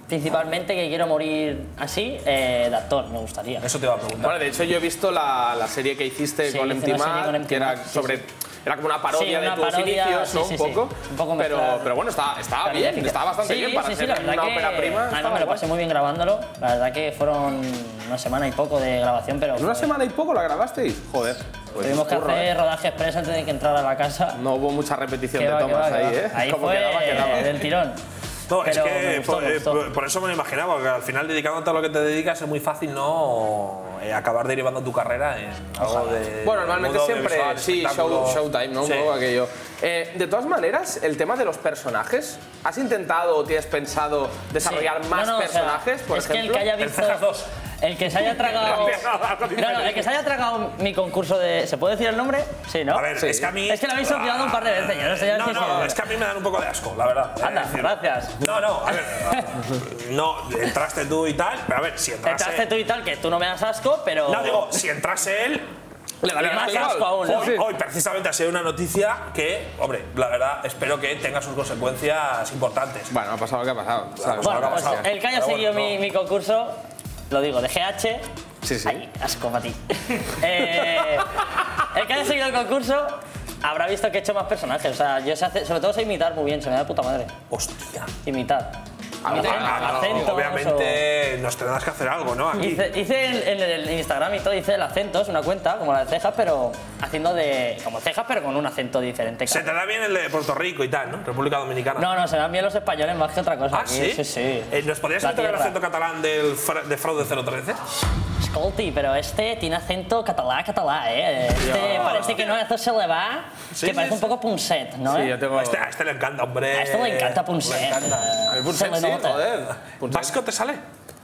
[SPEAKER 2] principalmente, que quiero morir así, eh, de actor, me gustaría.
[SPEAKER 5] Eso te va a preguntar.
[SPEAKER 1] Bueno, de hecho, yo he visto la, la serie que hiciste
[SPEAKER 2] Sí,
[SPEAKER 1] con
[SPEAKER 2] hice una
[SPEAKER 1] MTV,
[SPEAKER 2] serie con
[SPEAKER 1] que era
[SPEAKER 2] MTV, sí,
[SPEAKER 1] sobre.
[SPEAKER 2] sí.
[SPEAKER 1] Era como una parodia
[SPEAKER 2] Sí, una
[SPEAKER 1] de tus
[SPEAKER 2] parodia,
[SPEAKER 1] inicios, ¿no?
[SPEAKER 2] sí, sí,
[SPEAKER 1] un poco.
[SPEAKER 2] sí. Un poco
[SPEAKER 1] pero,
[SPEAKER 2] mezclada.
[SPEAKER 1] pero bueno, estaba, estaba Ah, bien,
[SPEAKER 2] Magnífica.
[SPEAKER 1] estaba bastante
[SPEAKER 2] Sí,
[SPEAKER 1] bien para
[SPEAKER 2] sí, sí,
[SPEAKER 1] ser
[SPEAKER 2] la verdad
[SPEAKER 1] una
[SPEAKER 2] que-
[SPEAKER 1] ópera prima.
[SPEAKER 2] Además,
[SPEAKER 1] estaba
[SPEAKER 2] me lo
[SPEAKER 1] guay.
[SPEAKER 2] pasé muy bien grabándolo. La verdad que fueron una semana y poco de grabación, pero
[SPEAKER 1] ¿En una semana y poco la grabasteis? Joder. pues
[SPEAKER 2] tuvimos que
[SPEAKER 1] curro, ¿eh?
[SPEAKER 2] hacer rodaje express antes de que entrara a la casa.
[SPEAKER 1] No hubo mucha repetición
[SPEAKER 2] Que
[SPEAKER 1] de
[SPEAKER 2] va, que
[SPEAKER 1] tomas
[SPEAKER 2] va, que
[SPEAKER 1] ahí,
[SPEAKER 2] va.
[SPEAKER 1] ¿eh?
[SPEAKER 2] Ahí
[SPEAKER 1] como
[SPEAKER 2] fue
[SPEAKER 1] quedaba, quedaba.
[SPEAKER 2] del tirón.
[SPEAKER 5] No, es
[SPEAKER 2] Pero me
[SPEAKER 5] que
[SPEAKER 2] gustó,
[SPEAKER 5] por,
[SPEAKER 2] me
[SPEAKER 5] eh,
[SPEAKER 2] gustó.
[SPEAKER 5] por- por eso me lo imaginaba, porque al final dedicándote a lo que te dedicas es muy fácil no Eh, acabar derivando tu carrera en algo de.
[SPEAKER 1] Bueno, normalmente
[SPEAKER 5] mundo
[SPEAKER 1] siempre,
[SPEAKER 5] audiovisual,
[SPEAKER 1] sí, show,
[SPEAKER 5] espectáculo.
[SPEAKER 1] showtime, ¿no? Un
[SPEAKER 5] Sí.
[SPEAKER 1] poco aquello. Eh, de todas maneras, el tema de los personajes, ¿has intentado o tienes pensado desarrollar
[SPEAKER 2] Sí.
[SPEAKER 1] más
[SPEAKER 2] No, no, o sea,
[SPEAKER 1] personajes, por
[SPEAKER 2] es que el
[SPEAKER 1] ejemplo?
[SPEAKER 2] que haya visto.
[SPEAKER 5] Cejas dos.
[SPEAKER 2] El que se haya tragado. No, no, el que se haya tragado mi concurso de. ¿Se puede decir el nombre? Sí, ¿no?
[SPEAKER 5] A ver,
[SPEAKER 1] Sí.
[SPEAKER 5] es que a mí.
[SPEAKER 2] Es que lo habéis olvidado un par de veces, yo no sé ya
[SPEAKER 5] No,
[SPEAKER 2] si
[SPEAKER 5] no,
[SPEAKER 2] se-
[SPEAKER 5] es que a mí me dan un poco de asco, la verdad. eh, Es
[SPEAKER 2] Anda,
[SPEAKER 5] decir,
[SPEAKER 2] gracias.
[SPEAKER 5] No, no, a ver. No, entraste tú y tal, pero a ver, si entrase.
[SPEAKER 2] Entraste tú y tal, que tú no me das asco, pero.
[SPEAKER 5] No, digo, si entrase él.
[SPEAKER 1] Le daría
[SPEAKER 2] más
[SPEAKER 1] igual.
[SPEAKER 2] asco aún, ¿no?
[SPEAKER 5] Hoy, hoy precisamente ha sido una noticia que, hombre, la verdad, espero que tenga sus consecuencias importantes.
[SPEAKER 1] Bueno, ha pasado lo que ha pasado. ¿sabes?
[SPEAKER 5] Bueno,
[SPEAKER 2] Bueno,
[SPEAKER 5] ahora
[SPEAKER 2] pues
[SPEAKER 5] vamos a-
[SPEAKER 2] el que haya
[SPEAKER 5] pero bueno,
[SPEAKER 2] seguido mi,
[SPEAKER 5] no.
[SPEAKER 2] mi concurso, lo digo, de GH.
[SPEAKER 1] Sí, sí.
[SPEAKER 2] Ay, asco para ti. Eh, el que haya seguido el concurso habrá visto que he hecho más personajes. O sea, yo sé hacer- sobre todo sé imitar muy bien, se me da de puta madre.
[SPEAKER 5] Hostia.
[SPEAKER 2] Imitar.
[SPEAKER 1] A mí también.
[SPEAKER 5] Ah, claro,
[SPEAKER 2] acentos
[SPEAKER 5] obviamente nos tendrás que hacer algo, ¿no? Aquí.
[SPEAKER 2] Hice, hice en, en el Instagram y todo, hice el acento, es una cuenta, como la de cejas, pero haciendo de. como cejas, pero con un acento diferente.
[SPEAKER 5] Se te da bien el de Puerto Rico y tal, ¿no? República Dominicana.
[SPEAKER 2] No, no, se me dan bien los españoles más que otra cosa.
[SPEAKER 5] Ah,
[SPEAKER 2] aquí,
[SPEAKER 5] sí.
[SPEAKER 2] Sí, sí.
[SPEAKER 5] Eh, ¿Nos podrías
[SPEAKER 2] La
[SPEAKER 5] meter el
[SPEAKER 2] tierra.
[SPEAKER 5] acento catalán del fra- de Fraude 013?
[SPEAKER 2] Escolti, pero este tiene acento catalá, catalá, ¿eh? Este
[SPEAKER 5] Dios.
[SPEAKER 2] parece que no, esto se le va,
[SPEAKER 5] Sí,
[SPEAKER 2] que parece
[SPEAKER 5] sí,
[SPEAKER 2] un poco punset, ¿no? Eh,
[SPEAKER 1] Sí, yo tengo.
[SPEAKER 5] A este, a este le encanta, hombre.
[SPEAKER 2] A este le encanta Punset.
[SPEAKER 5] Le encanta.
[SPEAKER 2] Eh,
[SPEAKER 5] A mí
[SPEAKER 2] se
[SPEAKER 5] Punset
[SPEAKER 2] le
[SPEAKER 5] sí,
[SPEAKER 2] nota.
[SPEAKER 5] joder. ¿Vasco te sale?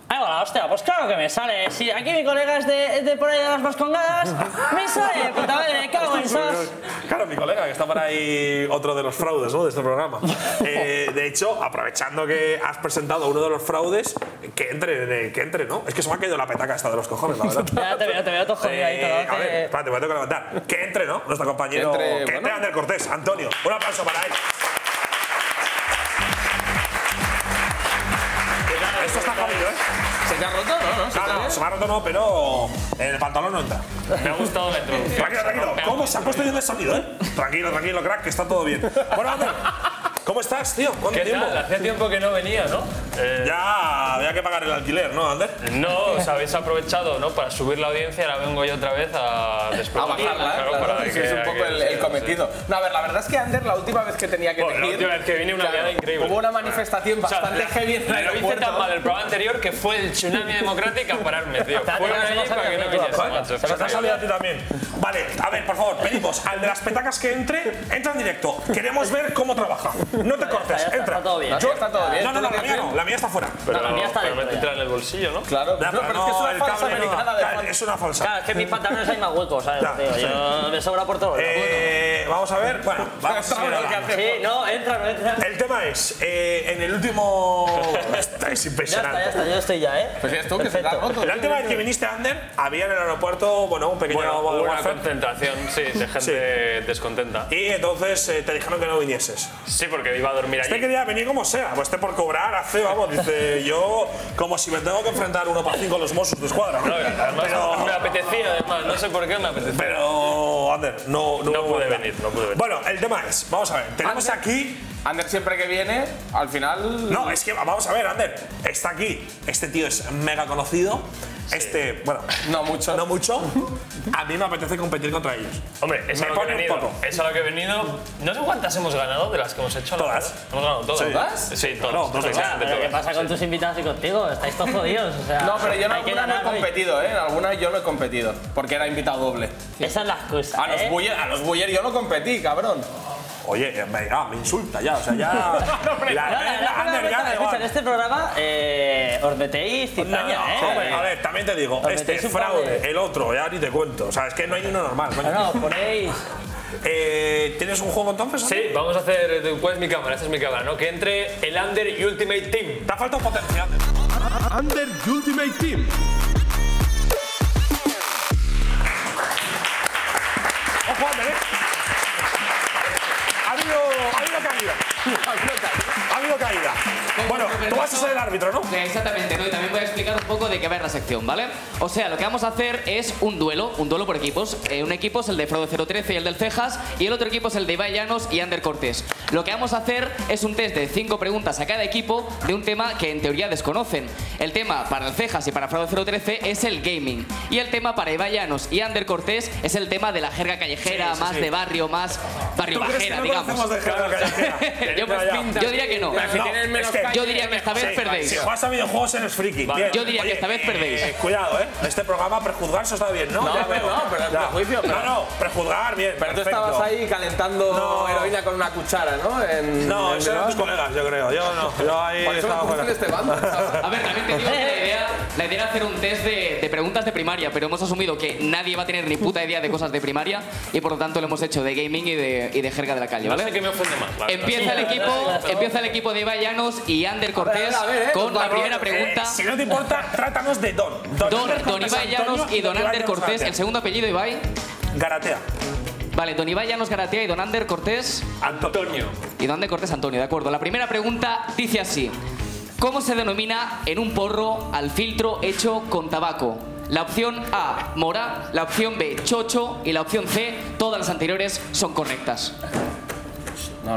[SPEAKER 2] Ay, hola, hostia, pues claro que me sale. Si aquí mi colega es de, es de por ahí de las vascongadas, me sale de puta madre, me cago en sos.
[SPEAKER 5] Pues, Claro, mi colega, que está por ahí otro de los fraudes ¿no? de este programa. Eh, de hecho, aprovechando que has presentado uno de los fraudes, que entre, eh, que entre, ¿no? Es que se me ha caído la petaca esta de los cojones, la verdad.
[SPEAKER 2] Ya te veo, te veo todo jodido ahí, todo.
[SPEAKER 5] Eh, a ver, espérate, me tengo que levantar. Que entre, ¿no? Nuestro compañero.
[SPEAKER 2] Que
[SPEAKER 5] Que
[SPEAKER 2] entre,
[SPEAKER 5] entre,
[SPEAKER 2] bueno.
[SPEAKER 5] Ander Cortés, Antonio. Un aplauso para él. Esto está jodido, ¿eh?
[SPEAKER 1] ¿Se te ha roto? No, no, se te ha
[SPEAKER 5] no,
[SPEAKER 1] roto.
[SPEAKER 5] se me ha roto no, pero el pantalón no entra. Me ha gustado la introducción. Tranquilo, tranquilo. ¿Cómo se ha puesto bien el sonido, eh? Tranquilo, tranquilo, crack, que está todo bien. Bueno, Ander, ¿cómo estás, tío? ¿Cuánto
[SPEAKER 4] ¿Qué
[SPEAKER 5] tiempo?
[SPEAKER 4] tal? Hacía tiempo que no venía, ¿no?
[SPEAKER 5] Ya, había que pagar el alquiler, ¿no, Ander?
[SPEAKER 4] No, os habéis aprovechado, ¿no? Para subir la audiencia, ahora vengo yo otra vez a
[SPEAKER 1] A
[SPEAKER 4] desplazarla.
[SPEAKER 1] bajarla, ¿eh? Claro,
[SPEAKER 4] para
[SPEAKER 1] ese
[SPEAKER 4] que-
[SPEAKER 1] es un poco
[SPEAKER 4] que-
[SPEAKER 1] el, el cometido. No, a ver, la verdad es que Ander, la última vez que tenía que
[SPEAKER 4] Bueno, la
[SPEAKER 1] venir.
[SPEAKER 4] última vez que vine, una liada increíble.
[SPEAKER 1] Hubo una manifestación
[SPEAKER 4] O sea,
[SPEAKER 1] bastante
[SPEAKER 4] la-
[SPEAKER 1] heavy en el
[SPEAKER 4] Lo hice
[SPEAKER 1] aeropuerto.
[SPEAKER 4] tan mal el programa anterior que fue el tsunami democrático a pararme, tío. Fue una allí para que no viniese, macho.
[SPEAKER 5] Se te ha salido a ti también. Vale, a ver, por favor, pedimos al de las petacas que entre, entra en directo. Queremos ver cómo trabaja. No te cortes, entra. Está todo
[SPEAKER 1] bien. Está todo bien.
[SPEAKER 5] No, no,
[SPEAKER 1] Tú lo
[SPEAKER 5] no,
[SPEAKER 1] que
[SPEAKER 5] la mía
[SPEAKER 1] quieres.
[SPEAKER 5] no, la mía está fuera.
[SPEAKER 4] Pero, pero métetela en el bolsillo, ¿no?
[SPEAKER 1] Claro,
[SPEAKER 5] Ya,
[SPEAKER 4] no, pero es que es una
[SPEAKER 5] el
[SPEAKER 4] falsa
[SPEAKER 5] cable no.
[SPEAKER 4] americana de
[SPEAKER 5] Claro, Es una falsa.
[SPEAKER 2] Claro, es que en mis pantalones hay más huecos, ¿sabes?
[SPEAKER 5] Ya,
[SPEAKER 2] tío?
[SPEAKER 5] sí.
[SPEAKER 2] Yo me sobra por todos lados.
[SPEAKER 5] Eh, vamos a ver, bueno, vamos a ver. ahora.
[SPEAKER 2] Sí, no, entra, no entra.
[SPEAKER 5] El tema es, eh, en el último. Esta es impresionante.
[SPEAKER 2] Ya está, ya está, yo estoy ya, ¿eh?
[SPEAKER 5] Pues eres tú que se
[SPEAKER 2] Perfecto.
[SPEAKER 5] roto. La última vez que viniste, Ander, había en el aeropuerto, bueno, un pequeño
[SPEAKER 4] Bueno, hubo una
[SPEAKER 5] warfare.
[SPEAKER 4] concentración, sí, de gente descontenta.
[SPEAKER 5] Y entonces eh, te dijeron que no vinieses.
[SPEAKER 4] Sí, porque iba a dormir allí.
[SPEAKER 5] Este quería venir como sea, pues este por cobrar hace, vamos, dice yo, como si me tengo que enfrentar uno para cinco a los Mossos de escuadra.
[SPEAKER 4] No, además,
[SPEAKER 5] Pero-
[SPEAKER 4] me apetecía, además, no sé por qué me apetecía.
[SPEAKER 5] Pero, Ander, no, no,
[SPEAKER 4] pude venir, no pude venir.
[SPEAKER 5] Bueno, el tema es, vamos a ver, tenemos aquí.
[SPEAKER 1] Ander siempre que viene, al final.
[SPEAKER 5] No, es que vamos a ver, Ander, está aquí. Este tío es mega conocido. Este, bueno,
[SPEAKER 1] no mucho.
[SPEAKER 5] No mucho. A mí me apetece competir contra ellos.
[SPEAKER 4] Hombre, es a
[SPEAKER 5] Me
[SPEAKER 4] lo que he
[SPEAKER 5] pone un
[SPEAKER 4] venido.
[SPEAKER 5] poco.
[SPEAKER 4] Es a lo que he venido. No sé cuántas hemos ganado de las que hemos hecho. la
[SPEAKER 5] Todas.
[SPEAKER 4] verdad. Hemos ganado todas.
[SPEAKER 5] Sí. ¿Todas?
[SPEAKER 4] Sí, todas.
[SPEAKER 5] No, todas.
[SPEAKER 4] Exactamente
[SPEAKER 2] Pero ¿qué
[SPEAKER 4] todas.
[SPEAKER 2] pasa con tus invitados y contigo? Estáis todos jodidos, o sea...
[SPEAKER 1] no, pero yo en
[SPEAKER 2] hay que
[SPEAKER 1] alguna no he
[SPEAKER 2] ganar hoy.
[SPEAKER 1] competido, ¿eh? En alguna yo no he competido. Porque era invitado doble.
[SPEAKER 2] Esa es la excusa,
[SPEAKER 1] A los
[SPEAKER 2] ¿eh?
[SPEAKER 1] Buller, a los Buller yo no competí, cabrón.
[SPEAKER 5] Oye, venga, me insulta ya, o sea, ya.
[SPEAKER 2] No, la- la- la- la- la- escucha, en este programa eh, os metéis cizaña, ¿eh?
[SPEAKER 5] Hombre, a ver, también te digo,
[SPEAKER 2] Os
[SPEAKER 5] este
[SPEAKER 2] metéis un
[SPEAKER 5] fraude,
[SPEAKER 2] cable.
[SPEAKER 5] el otro, ya ni te cuento. O sea, es que no hay uno normal. coño.
[SPEAKER 2] No, no, ponéis...
[SPEAKER 5] Eh, ¿Tienes un juego entonces?
[SPEAKER 4] Sí, vamos a hacer. eh, ¿Cuál es mi cámara? Esta es mi cámara, ¿no? Que entre el Under y Ultimate Team.
[SPEAKER 5] Te ha faltado potencia, Ander.
[SPEAKER 4] Under Ultimate Team.
[SPEAKER 5] Ojo, Ander, ¿eh? Ha habido, ha habido caída. Ha habido caída. Bueno, tú vas a ser el árbitro, ¿no?
[SPEAKER 3] Exactamente, ¿no? Y también voy a explicar un poco de qué va la sección, ¿vale? O sea, lo que vamos a hacer es un duelo, un duelo por equipos. Eh, un equipo es el de Frodo 013 y el del Cejas, y el otro equipo es el de Ibai Llanos y Ander Cortés. Lo que vamos a hacer es un test de cinco preguntas a cada equipo de un tema que en teoría desconocen. El tema para el Cejas y para Frodo 013 es el gaming. Y el tema para Ibai Llanos y Ander Cortés es el tema de la jerga callejera,
[SPEAKER 5] Sí, sí,
[SPEAKER 3] más
[SPEAKER 5] sí.
[SPEAKER 3] de barrio, más barrio
[SPEAKER 5] ¿Tú crees
[SPEAKER 3] bajera,
[SPEAKER 5] que no
[SPEAKER 3] digamos.
[SPEAKER 5] conocemos de jerga callejera?
[SPEAKER 3] yo,
[SPEAKER 5] Ya, ya.
[SPEAKER 3] yo diría que no.
[SPEAKER 5] es que-
[SPEAKER 3] yo diría que esta vez
[SPEAKER 5] Sí,
[SPEAKER 3] perdéis.
[SPEAKER 5] Si juegas a videojuegos eres friki.
[SPEAKER 3] Vale.
[SPEAKER 5] Bien.
[SPEAKER 3] Yo diría que
[SPEAKER 5] Oye,
[SPEAKER 3] esta vez
[SPEAKER 5] eh,
[SPEAKER 3] perdéis.
[SPEAKER 5] cuidado, ¿eh? Este programa prejuzgar eso está bien, ¿no?
[SPEAKER 1] No,
[SPEAKER 5] Ya
[SPEAKER 1] no,
[SPEAKER 5] veo.
[SPEAKER 1] no, pero es
[SPEAKER 5] Ya.
[SPEAKER 1] prejuicio, pero-
[SPEAKER 5] No, no, prejuzgar, bien.
[SPEAKER 1] Pero tú
[SPEAKER 5] perfecto.
[SPEAKER 1] estabas ahí calentando
[SPEAKER 5] No.
[SPEAKER 1] heroína con una cuchara, ¿no? En-
[SPEAKER 5] No,
[SPEAKER 1] en
[SPEAKER 5] eso eran tus colegas, yo creo. Yo no. Yo ahí
[SPEAKER 1] Por eso me
[SPEAKER 5] estaba
[SPEAKER 1] puse
[SPEAKER 5] fuera.
[SPEAKER 1] en este bando.
[SPEAKER 3] A ver, también te digo que la idea, la idea era hacer un test de, de preguntas de primaria, pero hemos asumido que nadie va a tener ni puta idea de cosas de primaria y por lo tanto lo hemos hecho de gaming y de, y de jerga de la calle,
[SPEAKER 4] No
[SPEAKER 3] ¿vale?
[SPEAKER 4] sé qué me ofende más. la verdad.
[SPEAKER 3] Empieza el equipo, empieza el equipo de Ibai Llanos y Ander Cortés
[SPEAKER 5] A ver, a ver, eh,
[SPEAKER 3] con
[SPEAKER 5] por
[SPEAKER 3] la
[SPEAKER 5] favor,
[SPEAKER 3] primera
[SPEAKER 5] eh,
[SPEAKER 3] pregunta.
[SPEAKER 5] si no te importa, trátanos de Don.
[SPEAKER 3] Don,
[SPEAKER 5] Ander
[SPEAKER 3] Don
[SPEAKER 5] Cortés
[SPEAKER 3] Ibai
[SPEAKER 5] Antonio
[SPEAKER 3] Llanos y Don Ander
[SPEAKER 5] Llanos
[SPEAKER 3] Cortés, el segundo apellido Ibai.
[SPEAKER 5] Garatea.
[SPEAKER 3] Vale, Don Ibai Llanos Garatea y Don Ander Cortés.
[SPEAKER 5] Antonio.
[SPEAKER 3] Y Don Ander Cortés Antonio, de acuerdo. La primera pregunta dice así. ¿Cómo se denomina en un porro al filtro hecho con tabaco? La opción A, mora, la opción B, chocho y la opción C, todas las anteriores son correctas.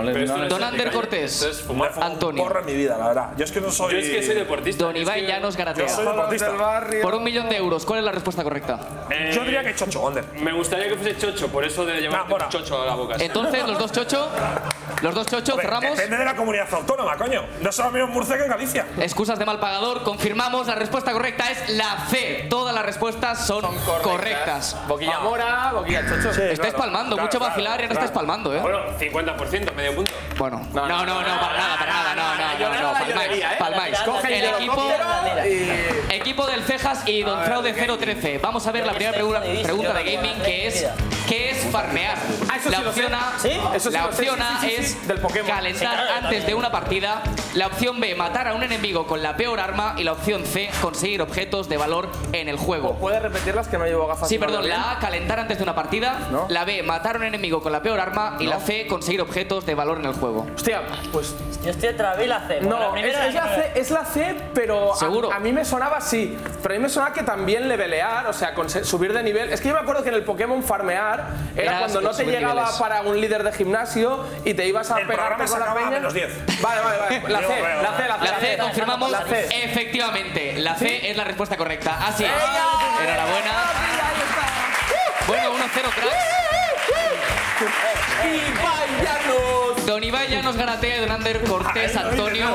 [SPEAKER 4] Pero esto no es
[SPEAKER 3] Don
[SPEAKER 4] de
[SPEAKER 3] Ander
[SPEAKER 4] calle,
[SPEAKER 3] Cortés.
[SPEAKER 4] esto es fumar.
[SPEAKER 3] Antonio.
[SPEAKER 5] Porra en mi vida, la verdad. Yo es que no soy.
[SPEAKER 4] Yo es que soy deportista.
[SPEAKER 3] Don Ibai Llanos Garatea.
[SPEAKER 5] Yo soy deportista.
[SPEAKER 3] Por un millón de euros, ¿cuál es la respuesta correcta?
[SPEAKER 5] Yo diría que chocho, Ander.
[SPEAKER 4] Me gustaría que fuese chocho, por eso de llevar chocho a la boca.
[SPEAKER 5] Entonces, los
[SPEAKER 3] dos chocho. Los dos chocho, cerramos.
[SPEAKER 5] Depende de la comunidad autónoma, coño. No solo menos Murcia que en Galicia.
[SPEAKER 3] Excusas de mal pagador, confirmamos, la respuesta correcta es la C. Todas las respuestas son, correctas.
[SPEAKER 1] Boquilla mora, boquilla chocho.
[SPEAKER 3] estáis palmando, mucho vacilar y ahora estáis palmando, ¿eh?
[SPEAKER 4] Bueno, 50%, medio punto.
[SPEAKER 3] Bueno, no, no, no, para nada, para nada, no, ¿eh? no, no, no, palmáis, palmáis.
[SPEAKER 4] Coge
[SPEAKER 3] el
[SPEAKER 4] el
[SPEAKER 3] equipo,
[SPEAKER 4] helicóptero
[SPEAKER 3] equipo del Cejas y Don Fraude 013. Vamos a ver la primera pregunta, pregunta de gaming que es ¿qué es farmear?
[SPEAKER 1] Ah, eso sí
[SPEAKER 3] La
[SPEAKER 1] lo sé.
[SPEAKER 3] opción A,
[SPEAKER 1] ¿Sí? Eso sí
[SPEAKER 3] la
[SPEAKER 1] lo sé,
[SPEAKER 3] opción
[SPEAKER 1] sí,
[SPEAKER 3] A
[SPEAKER 1] sí, sí, sí,
[SPEAKER 3] es
[SPEAKER 1] sí, del Pokémon. Sí,
[SPEAKER 3] calentar
[SPEAKER 1] claro,
[SPEAKER 3] antes
[SPEAKER 1] también.
[SPEAKER 3] de una partida, la opción B matar a un enemigo con la peor arma y la opción C conseguir objetos de valor en el juego.
[SPEAKER 1] ¿Puedes repetirlas que no llevo gafas?
[SPEAKER 3] Sí,
[SPEAKER 1] y no
[SPEAKER 3] perdón,
[SPEAKER 1] veo bien?
[SPEAKER 3] la A, calentar antes de una partida. La B, matar a un enemigo con la peor arma. Y la C, conseguir objetos de valor en el juego.
[SPEAKER 1] Hostia, pues.
[SPEAKER 2] Yo estoy otra vez la C.
[SPEAKER 1] No, es, es la C, es la C, pero a-
[SPEAKER 3] ¿Seguro?
[SPEAKER 1] A, mí me sonaba así. Pero a mí me sonaba que también levelear, o sea, conse- subir de nivel. Es que yo me acuerdo que en el Pokémon farmear era
[SPEAKER 3] Era
[SPEAKER 1] cuando no te
[SPEAKER 3] subir
[SPEAKER 1] llegaba
[SPEAKER 3] niveles.
[SPEAKER 1] para un líder de gimnasio y te ibas a
[SPEAKER 3] El
[SPEAKER 1] pegar
[SPEAKER 3] programa se
[SPEAKER 1] con la
[SPEAKER 3] acaba a
[SPEAKER 1] peña.
[SPEAKER 3] menos 10.
[SPEAKER 1] Vale, vale, vale. La C, la C, la C.
[SPEAKER 3] La C, confirmamos. Eh.
[SPEAKER 1] La C.
[SPEAKER 3] Efectivamente, la C es la respuesta correcta. Así es. Enhorabuena. Bueno, 1-0, cracks. Don Ibai Llanos Garatea, Don Ander Cortés Antonio.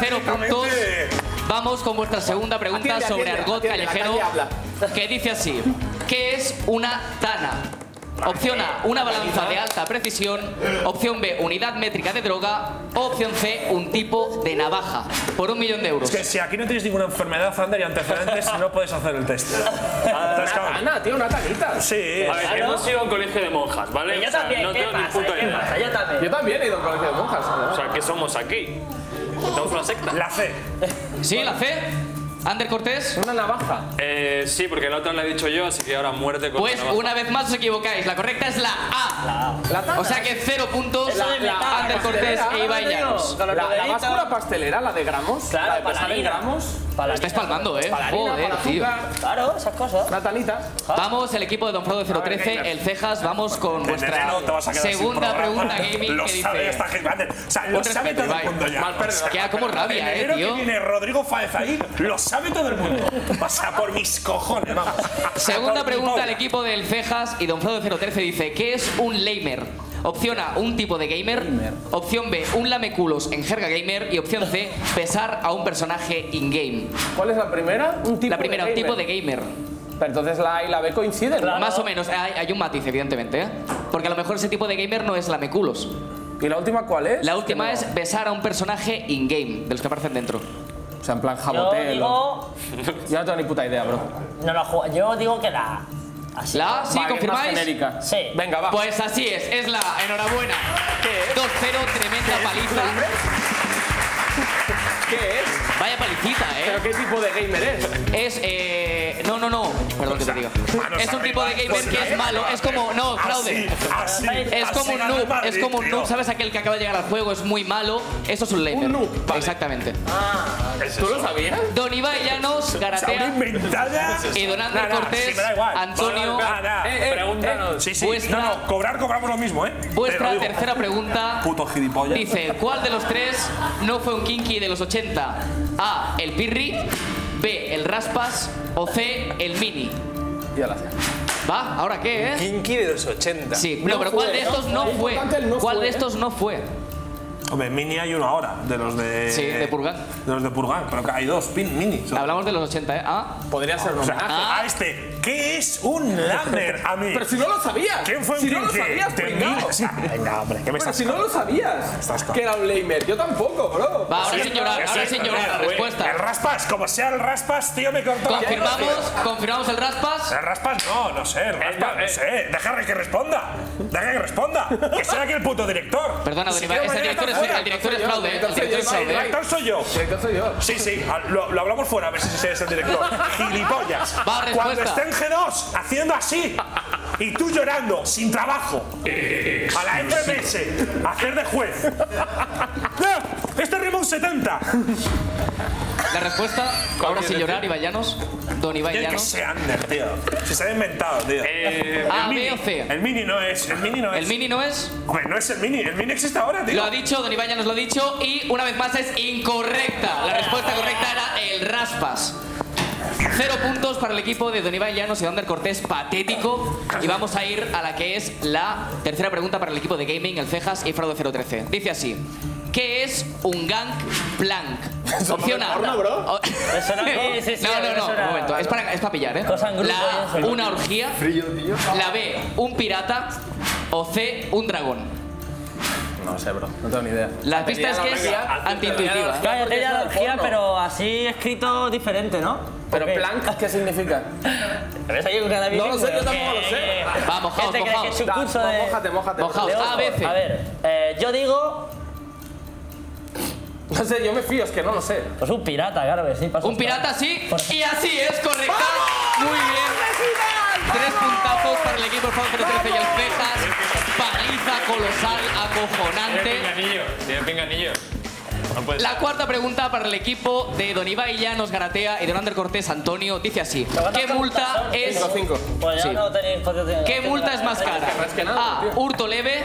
[SPEAKER 3] Cero puntos. Vamos con vuestra segunda pregunta
[SPEAKER 1] Atiende,
[SPEAKER 3] sobre
[SPEAKER 1] atiende,
[SPEAKER 3] argot
[SPEAKER 1] atiende, la
[SPEAKER 3] callejero,
[SPEAKER 1] calle
[SPEAKER 3] que dice así: ¿Qué es una tana? Opción A, una balanza de alta precisión. Opción B, unidad métrica de droga. Opción C, un tipo de navaja. Por un millón de euros.
[SPEAKER 5] Es que si aquí no tienes ninguna enfermedad, Ander, y antecedentes, no puedes hacer el test. Entonces, claro,
[SPEAKER 1] Ana, tiene una tanita.
[SPEAKER 5] Sí.
[SPEAKER 4] A ver,
[SPEAKER 5] Claro.
[SPEAKER 4] hemos ido a un colegio de monjas, ¿vale?
[SPEAKER 5] Y Pues yo
[SPEAKER 4] O sea,
[SPEAKER 5] también,
[SPEAKER 4] no
[SPEAKER 5] ¿qué
[SPEAKER 4] tengo ni
[SPEAKER 5] pasa?
[SPEAKER 4] puta
[SPEAKER 5] ¿Qué
[SPEAKER 4] idea.
[SPEAKER 5] pasa? Yo también.
[SPEAKER 1] Yo también he ido a un colegio de monjas.
[SPEAKER 4] O sea, ¿qué somos aquí? ¿Estamos una secta?
[SPEAKER 5] La C.
[SPEAKER 3] Sí, la C. Ander Cortés.
[SPEAKER 1] Una navaja.
[SPEAKER 4] Eh, sí, porque la otra la he dicho yo, así que ahora muerte con
[SPEAKER 3] Pues
[SPEAKER 4] la navaja.
[SPEAKER 3] una vez más os equivocáis. La correcta es la A.
[SPEAKER 1] tana.
[SPEAKER 3] o sea que cero puntos.
[SPEAKER 1] La- la-
[SPEAKER 3] Ander
[SPEAKER 1] la
[SPEAKER 3] Cortés
[SPEAKER 1] pastelera,
[SPEAKER 3] e Ibai
[SPEAKER 1] Ana,
[SPEAKER 3] Llanos.
[SPEAKER 1] tío. La, la báscula pastelera, la de gramos.
[SPEAKER 3] Claro,
[SPEAKER 1] la de pesar en
[SPEAKER 3] paladina.
[SPEAKER 1] gramos.
[SPEAKER 3] Lo estáis palmando, eh.
[SPEAKER 1] Paladina,
[SPEAKER 3] Joder,
[SPEAKER 1] para
[SPEAKER 3] tío.
[SPEAKER 1] azúcar.
[SPEAKER 2] Claro, esas cosas.
[SPEAKER 1] La tanita.
[SPEAKER 3] Vamos, el equipo de Don Frodo 013, el Cejas, vamos con
[SPEAKER 5] Desde
[SPEAKER 3] vuestra
[SPEAKER 5] enero te vas a quedar sin
[SPEAKER 3] segunda
[SPEAKER 5] programa.
[SPEAKER 3] pregunta gaming
[SPEAKER 5] Lo
[SPEAKER 3] que
[SPEAKER 5] sabe
[SPEAKER 3] dice.
[SPEAKER 5] esta gente, Ander. O sea, lo
[SPEAKER 3] Un
[SPEAKER 5] sabe
[SPEAKER 3] respeto,
[SPEAKER 5] todo el
[SPEAKER 3] Ibai.
[SPEAKER 5] mundo ya.
[SPEAKER 3] Mal perdido.
[SPEAKER 5] O sea,
[SPEAKER 3] Queda como rabia,
[SPEAKER 5] el
[SPEAKER 3] eh,
[SPEAKER 5] enero
[SPEAKER 3] tío.
[SPEAKER 5] que viene Rodrigo Fáez ahí, lo sabe todo el mundo. Pasa por mis cojones, vamos.
[SPEAKER 3] Segunda pregunta al equipo del Cejas y Don Frodo 013 dice, ¿qué es un lamer? Opción A, un tipo de gamer. Opción B, un lameculos en jerga gamer. Y opción C, pesar a un personaje in-game.
[SPEAKER 1] ¿Cuál es la primera? Un tipo
[SPEAKER 3] La primera,
[SPEAKER 1] de
[SPEAKER 3] un tipo de
[SPEAKER 1] gamer.
[SPEAKER 3] gamer.
[SPEAKER 1] Pero entonces la A y la B coinciden. ¿no?
[SPEAKER 3] Más o menos, hay, hay un matiz, evidentemente. ¿eh? Porque a lo mejor ese tipo de gamer no es lameculos.
[SPEAKER 1] ¿Y la última cuál es?
[SPEAKER 3] La última es besar a un personaje in-game, de los que aparecen dentro.
[SPEAKER 1] O sea, en plan
[SPEAKER 2] Yo
[SPEAKER 1] jaboteo.
[SPEAKER 2] digo.
[SPEAKER 1] Yo no tengo ni puta idea, bro.
[SPEAKER 2] No la juego. Yo digo que la. A. Así.
[SPEAKER 3] ¿La A?
[SPEAKER 1] Va, que es
[SPEAKER 3] ¿Sí?
[SPEAKER 1] más
[SPEAKER 3] ¿Confirmáis?
[SPEAKER 1] genérica.
[SPEAKER 2] Sí.
[SPEAKER 1] Venga, va.
[SPEAKER 3] Pues así es, es la A. enhorabuena. 2-0, tremenda paliza.
[SPEAKER 1] ¿Qué es?
[SPEAKER 3] Vaya palicita, ¿eh?
[SPEAKER 1] ¿Pero qué tipo de gamer es?
[SPEAKER 3] Es, eh. No, no, no. Perdón que te diga.
[SPEAKER 5] Ah,
[SPEAKER 3] Es un tipo de gamer que es malo. Es como. No, fraude.
[SPEAKER 5] Así,
[SPEAKER 3] Es
[SPEAKER 5] ¿eh? así
[SPEAKER 3] como un
[SPEAKER 5] gana el
[SPEAKER 3] noob.
[SPEAKER 5] Madrid,
[SPEAKER 3] Es como un
[SPEAKER 5] tío.
[SPEAKER 3] noob. ¿Sabes aquel que acaba de llegar al juego? Es muy malo. Eso es un lamer. Un noob. Exactamente.
[SPEAKER 1] ¿Tú lo sabías?
[SPEAKER 3] Don Ibai Llanos, Garatea.
[SPEAKER 5] Inventada.
[SPEAKER 3] Y don Ander
[SPEAKER 5] Nah, nah,
[SPEAKER 3] Cortés,
[SPEAKER 5] sí, me da igual.
[SPEAKER 3] Antonio-
[SPEAKER 5] Nah, nah.
[SPEAKER 3] Eh, eh,
[SPEAKER 5] Pregúntanos. Sí, sí.
[SPEAKER 3] Vuestra-
[SPEAKER 5] No, no, cobrar, cobramos lo mismo, ¿eh? Te
[SPEAKER 3] Vuestra
[SPEAKER 5] lo digo.
[SPEAKER 3] tercera pregunta
[SPEAKER 5] Puto gilipollas.
[SPEAKER 3] dice: ¿Cuál de los tres no fue un kinky de los 80? A. El Pirri. B. El Raspas. O C. El Mini.
[SPEAKER 1] Ya la sé.
[SPEAKER 3] ¿Va? ¿Ahora qué, eh?
[SPEAKER 4] Kinky de los 80.
[SPEAKER 3] Sí, no, pero ¿cuál de estos no fue? ¿Cuál
[SPEAKER 5] ¿eh?
[SPEAKER 3] de estos no fue?
[SPEAKER 5] Hombre, mini hay una hora, de los de.
[SPEAKER 3] Sí, de Purgan.
[SPEAKER 5] De los de Purgan, pero que hay dos pin mini.
[SPEAKER 3] Hablamos de los 80, ¿eh? Ah,
[SPEAKER 1] Podría ser un
[SPEAKER 5] O sea,
[SPEAKER 1] homenaje.
[SPEAKER 5] a este, ¿qué es un lamer a mí?
[SPEAKER 1] Pero si no lo sabías.
[SPEAKER 5] ¿Quién fue un
[SPEAKER 1] Si no lo
[SPEAKER 5] kinky?
[SPEAKER 1] sabías,
[SPEAKER 5] Te
[SPEAKER 1] pringao.
[SPEAKER 5] miro- O sea, venga, hombre, ¿qué
[SPEAKER 1] Pero
[SPEAKER 5] me estás
[SPEAKER 1] si no lo
[SPEAKER 5] Estás
[SPEAKER 1] sabías
[SPEAKER 5] con-
[SPEAKER 1] que era un lamer, yo tampoco, bro.
[SPEAKER 3] Va, ahora sin llorar, ahora sin llorar, la respuesta.
[SPEAKER 5] El raspas, como sea el raspas, tío, me cortó la pierna,
[SPEAKER 3] Confirmamos,
[SPEAKER 5] tío.
[SPEAKER 3] confirmamos el Raspas.
[SPEAKER 5] El raspas Eh, no, no
[SPEAKER 3] Eh,
[SPEAKER 5] sé, el raspas, no sé. Déjame que responda. Déjame que responda. Que sea aquí el puto director.
[SPEAKER 3] Perdona, Don
[SPEAKER 5] Si
[SPEAKER 3] Ibai,
[SPEAKER 5] quiero
[SPEAKER 3] es el
[SPEAKER 5] mañana
[SPEAKER 3] director es,
[SPEAKER 5] está fuera.
[SPEAKER 3] el director es fraude, ¿eh? El director es
[SPEAKER 5] Sí, El
[SPEAKER 3] fraude.
[SPEAKER 5] director soy yo.
[SPEAKER 1] Entonces yo.
[SPEAKER 5] Sí, sí, a- lo, lo hablamos fuera, a ver si ese es el director. Gilipollas.
[SPEAKER 3] Va, respuesta.
[SPEAKER 5] Cuando esté en G2 haciendo así y tú llorando, sin trabajo, a la FMS, a hacer de juez. ¡No! Este rima un 70.
[SPEAKER 3] La respuesta, ahora sin llorar, Ibai Llanos. Don Ibai
[SPEAKER 5] Yo que
[SPEAKER 3] Llanos.
[SPEAKER 5] sé, Ander, tío. Si se ha inventado, tío.
[SPEAKER 3] A,
[SPEAKER 5] el,
[SPEAKER 3] B
[SPEAKER 5] mini,
[SPEAKER 3] o C.
[SPEAKER 5] el mini no es. El mini no es.
[SPEAKER 3] ah, El Mini no es.
[SPEAKER 5] Hombre, no es el mini. El mini existe ahora, tío.
[SPEAKER 3] Lo ha dicho, Don Ibai Llanos lo ha dicho. Y una vez más es incorrecta. La respuesta correcta era el Raspas. Cero puntos para el equipo de Don Iván Llanos y Ander Cortés, patético. Y vamos a ir a la que es la tercera pregunta para el equipo de Gaming, el Cejas y Fraude 013. Dice así. ¿Qué es un gang plank? Opción A. O-
[SPEAKER 2] Sí, sí, sí,
[SPEAKER 3] no, no, no,
[SPEAKER 2] eso era-
[SPEAKER 3] un momento. Es para, es para pillar, ¿eh?
[SPEAKER 2] Cosa en grupo y
[SPEAKER 3] La
[SPEAKER 2] eso,
[SPEAKER 3] A,
[SPEAKER 2] ¿no?
[SPEAKER 3] una orgía. La B, un pirata. O C, un dragón.
[SPEAKER 1] No sé, bro. No tengo ni idea.
[SPEAKER 3] La pista es que es antiintuitiva. ¿eh?
[SPEAKER 2] Cállate ya la orgía, pero así escrito diferente, ¿no?
[SPEAKER 1] Pero plank, ¿qué significa?
[SPEAKER 2] ¿Ves ahí un cannabis?
[SPEAKER 1] No lo sé, yo tampoco lo sé.
[SPEAKER 3] Vamos,
[SPEAKER 2] ¿Qué te crees este que es un curso de...?
[SPEAKER 1] Mójate, mójate.
[SPEAKER 2] de ojo?
[SPEAKER 1] A veces.
[SPEAKER 2] A ver, eh, yo digo...
[SPEAKER 1] No sé, yo me fío, es que no lo sé.
[SPEAKER 2] Pues un pirata, claro que sí. pasa
[SPEAKER 3] Un pirata sí, y así es, correcta. Muy bien. Tres puntazos para el equipo Fabio 13 y el Cejas. Paliza colosal, acojonante.
[SPEAKER 4] Tiene pinganillo, tiene pinganillo. No puede
[SPEAKER 3] La cuarta pregunta para el equipo de Don Ibai Llanos Garatea y Don Ander Cortés Antonio dice así: ¿Qué multa es
[SPEAKER 2] Pues ya
[SPEAKER 3] Sí.
[SPEAKER 2] no tenéis...
[SPEAKER 3] ¿Qué multa es más cara? A.
[SPEAKER 2] tío.
[SPEAKER 3] Hurto leve.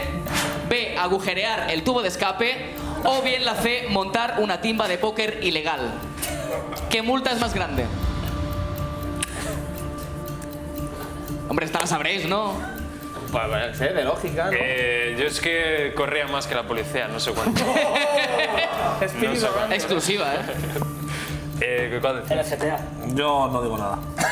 [SPEAKER 3] B. Agujerear el tubo de escape. O bien la C. Montar una timba de póker ilegal. ¿Qué multa es más grande? Hombre, esta la sabréis, ¿no?
[SPEAKER 1] Pues, no sé, de lógica, ¿no?
[SPEAKER 4] Eh, yo es que corría más que la policía, no sé cuánto.
[SPEAKER 1] Espíritu grande.
[SPEAKER 3] Exclusiva, ¿eh?
[SPEAKER 4] eh ¿Cuál decís?
[SPEAKER 5] Yo no digo nada.
[SPEAKER 3] Eh.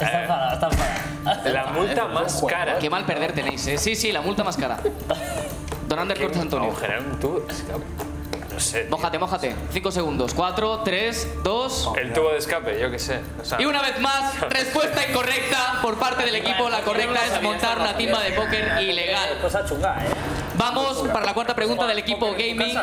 [SPEAKER 2] Está enfadado, está enfadado.
[SPEAKER 4] La multa más cara.
[SPEAKER 3] Qué mal perder tenéis, ¿eh? Sí, sí, la multa más cara. Don Ander Cortés Antonio.
[SPEAKER 4] Agujerear un tubo de escape. No sé.
[SPEAKER 3] Mójate, mójate. Cinco segundos. Cuatro, tres, dos.
[SPEAKER 4] El tubo de escape, yo qué sé. O sea-
[SPEAKER 3] Y una vez más, respuesta incorrecta por parte del equipo. La correcta es montar una timba de póker ilegal.
[SPEAKER 2] Cosa chunga, ¿eh?
[SPEAKER 3] Vamos para la cuarta pregunta del equipo gaming.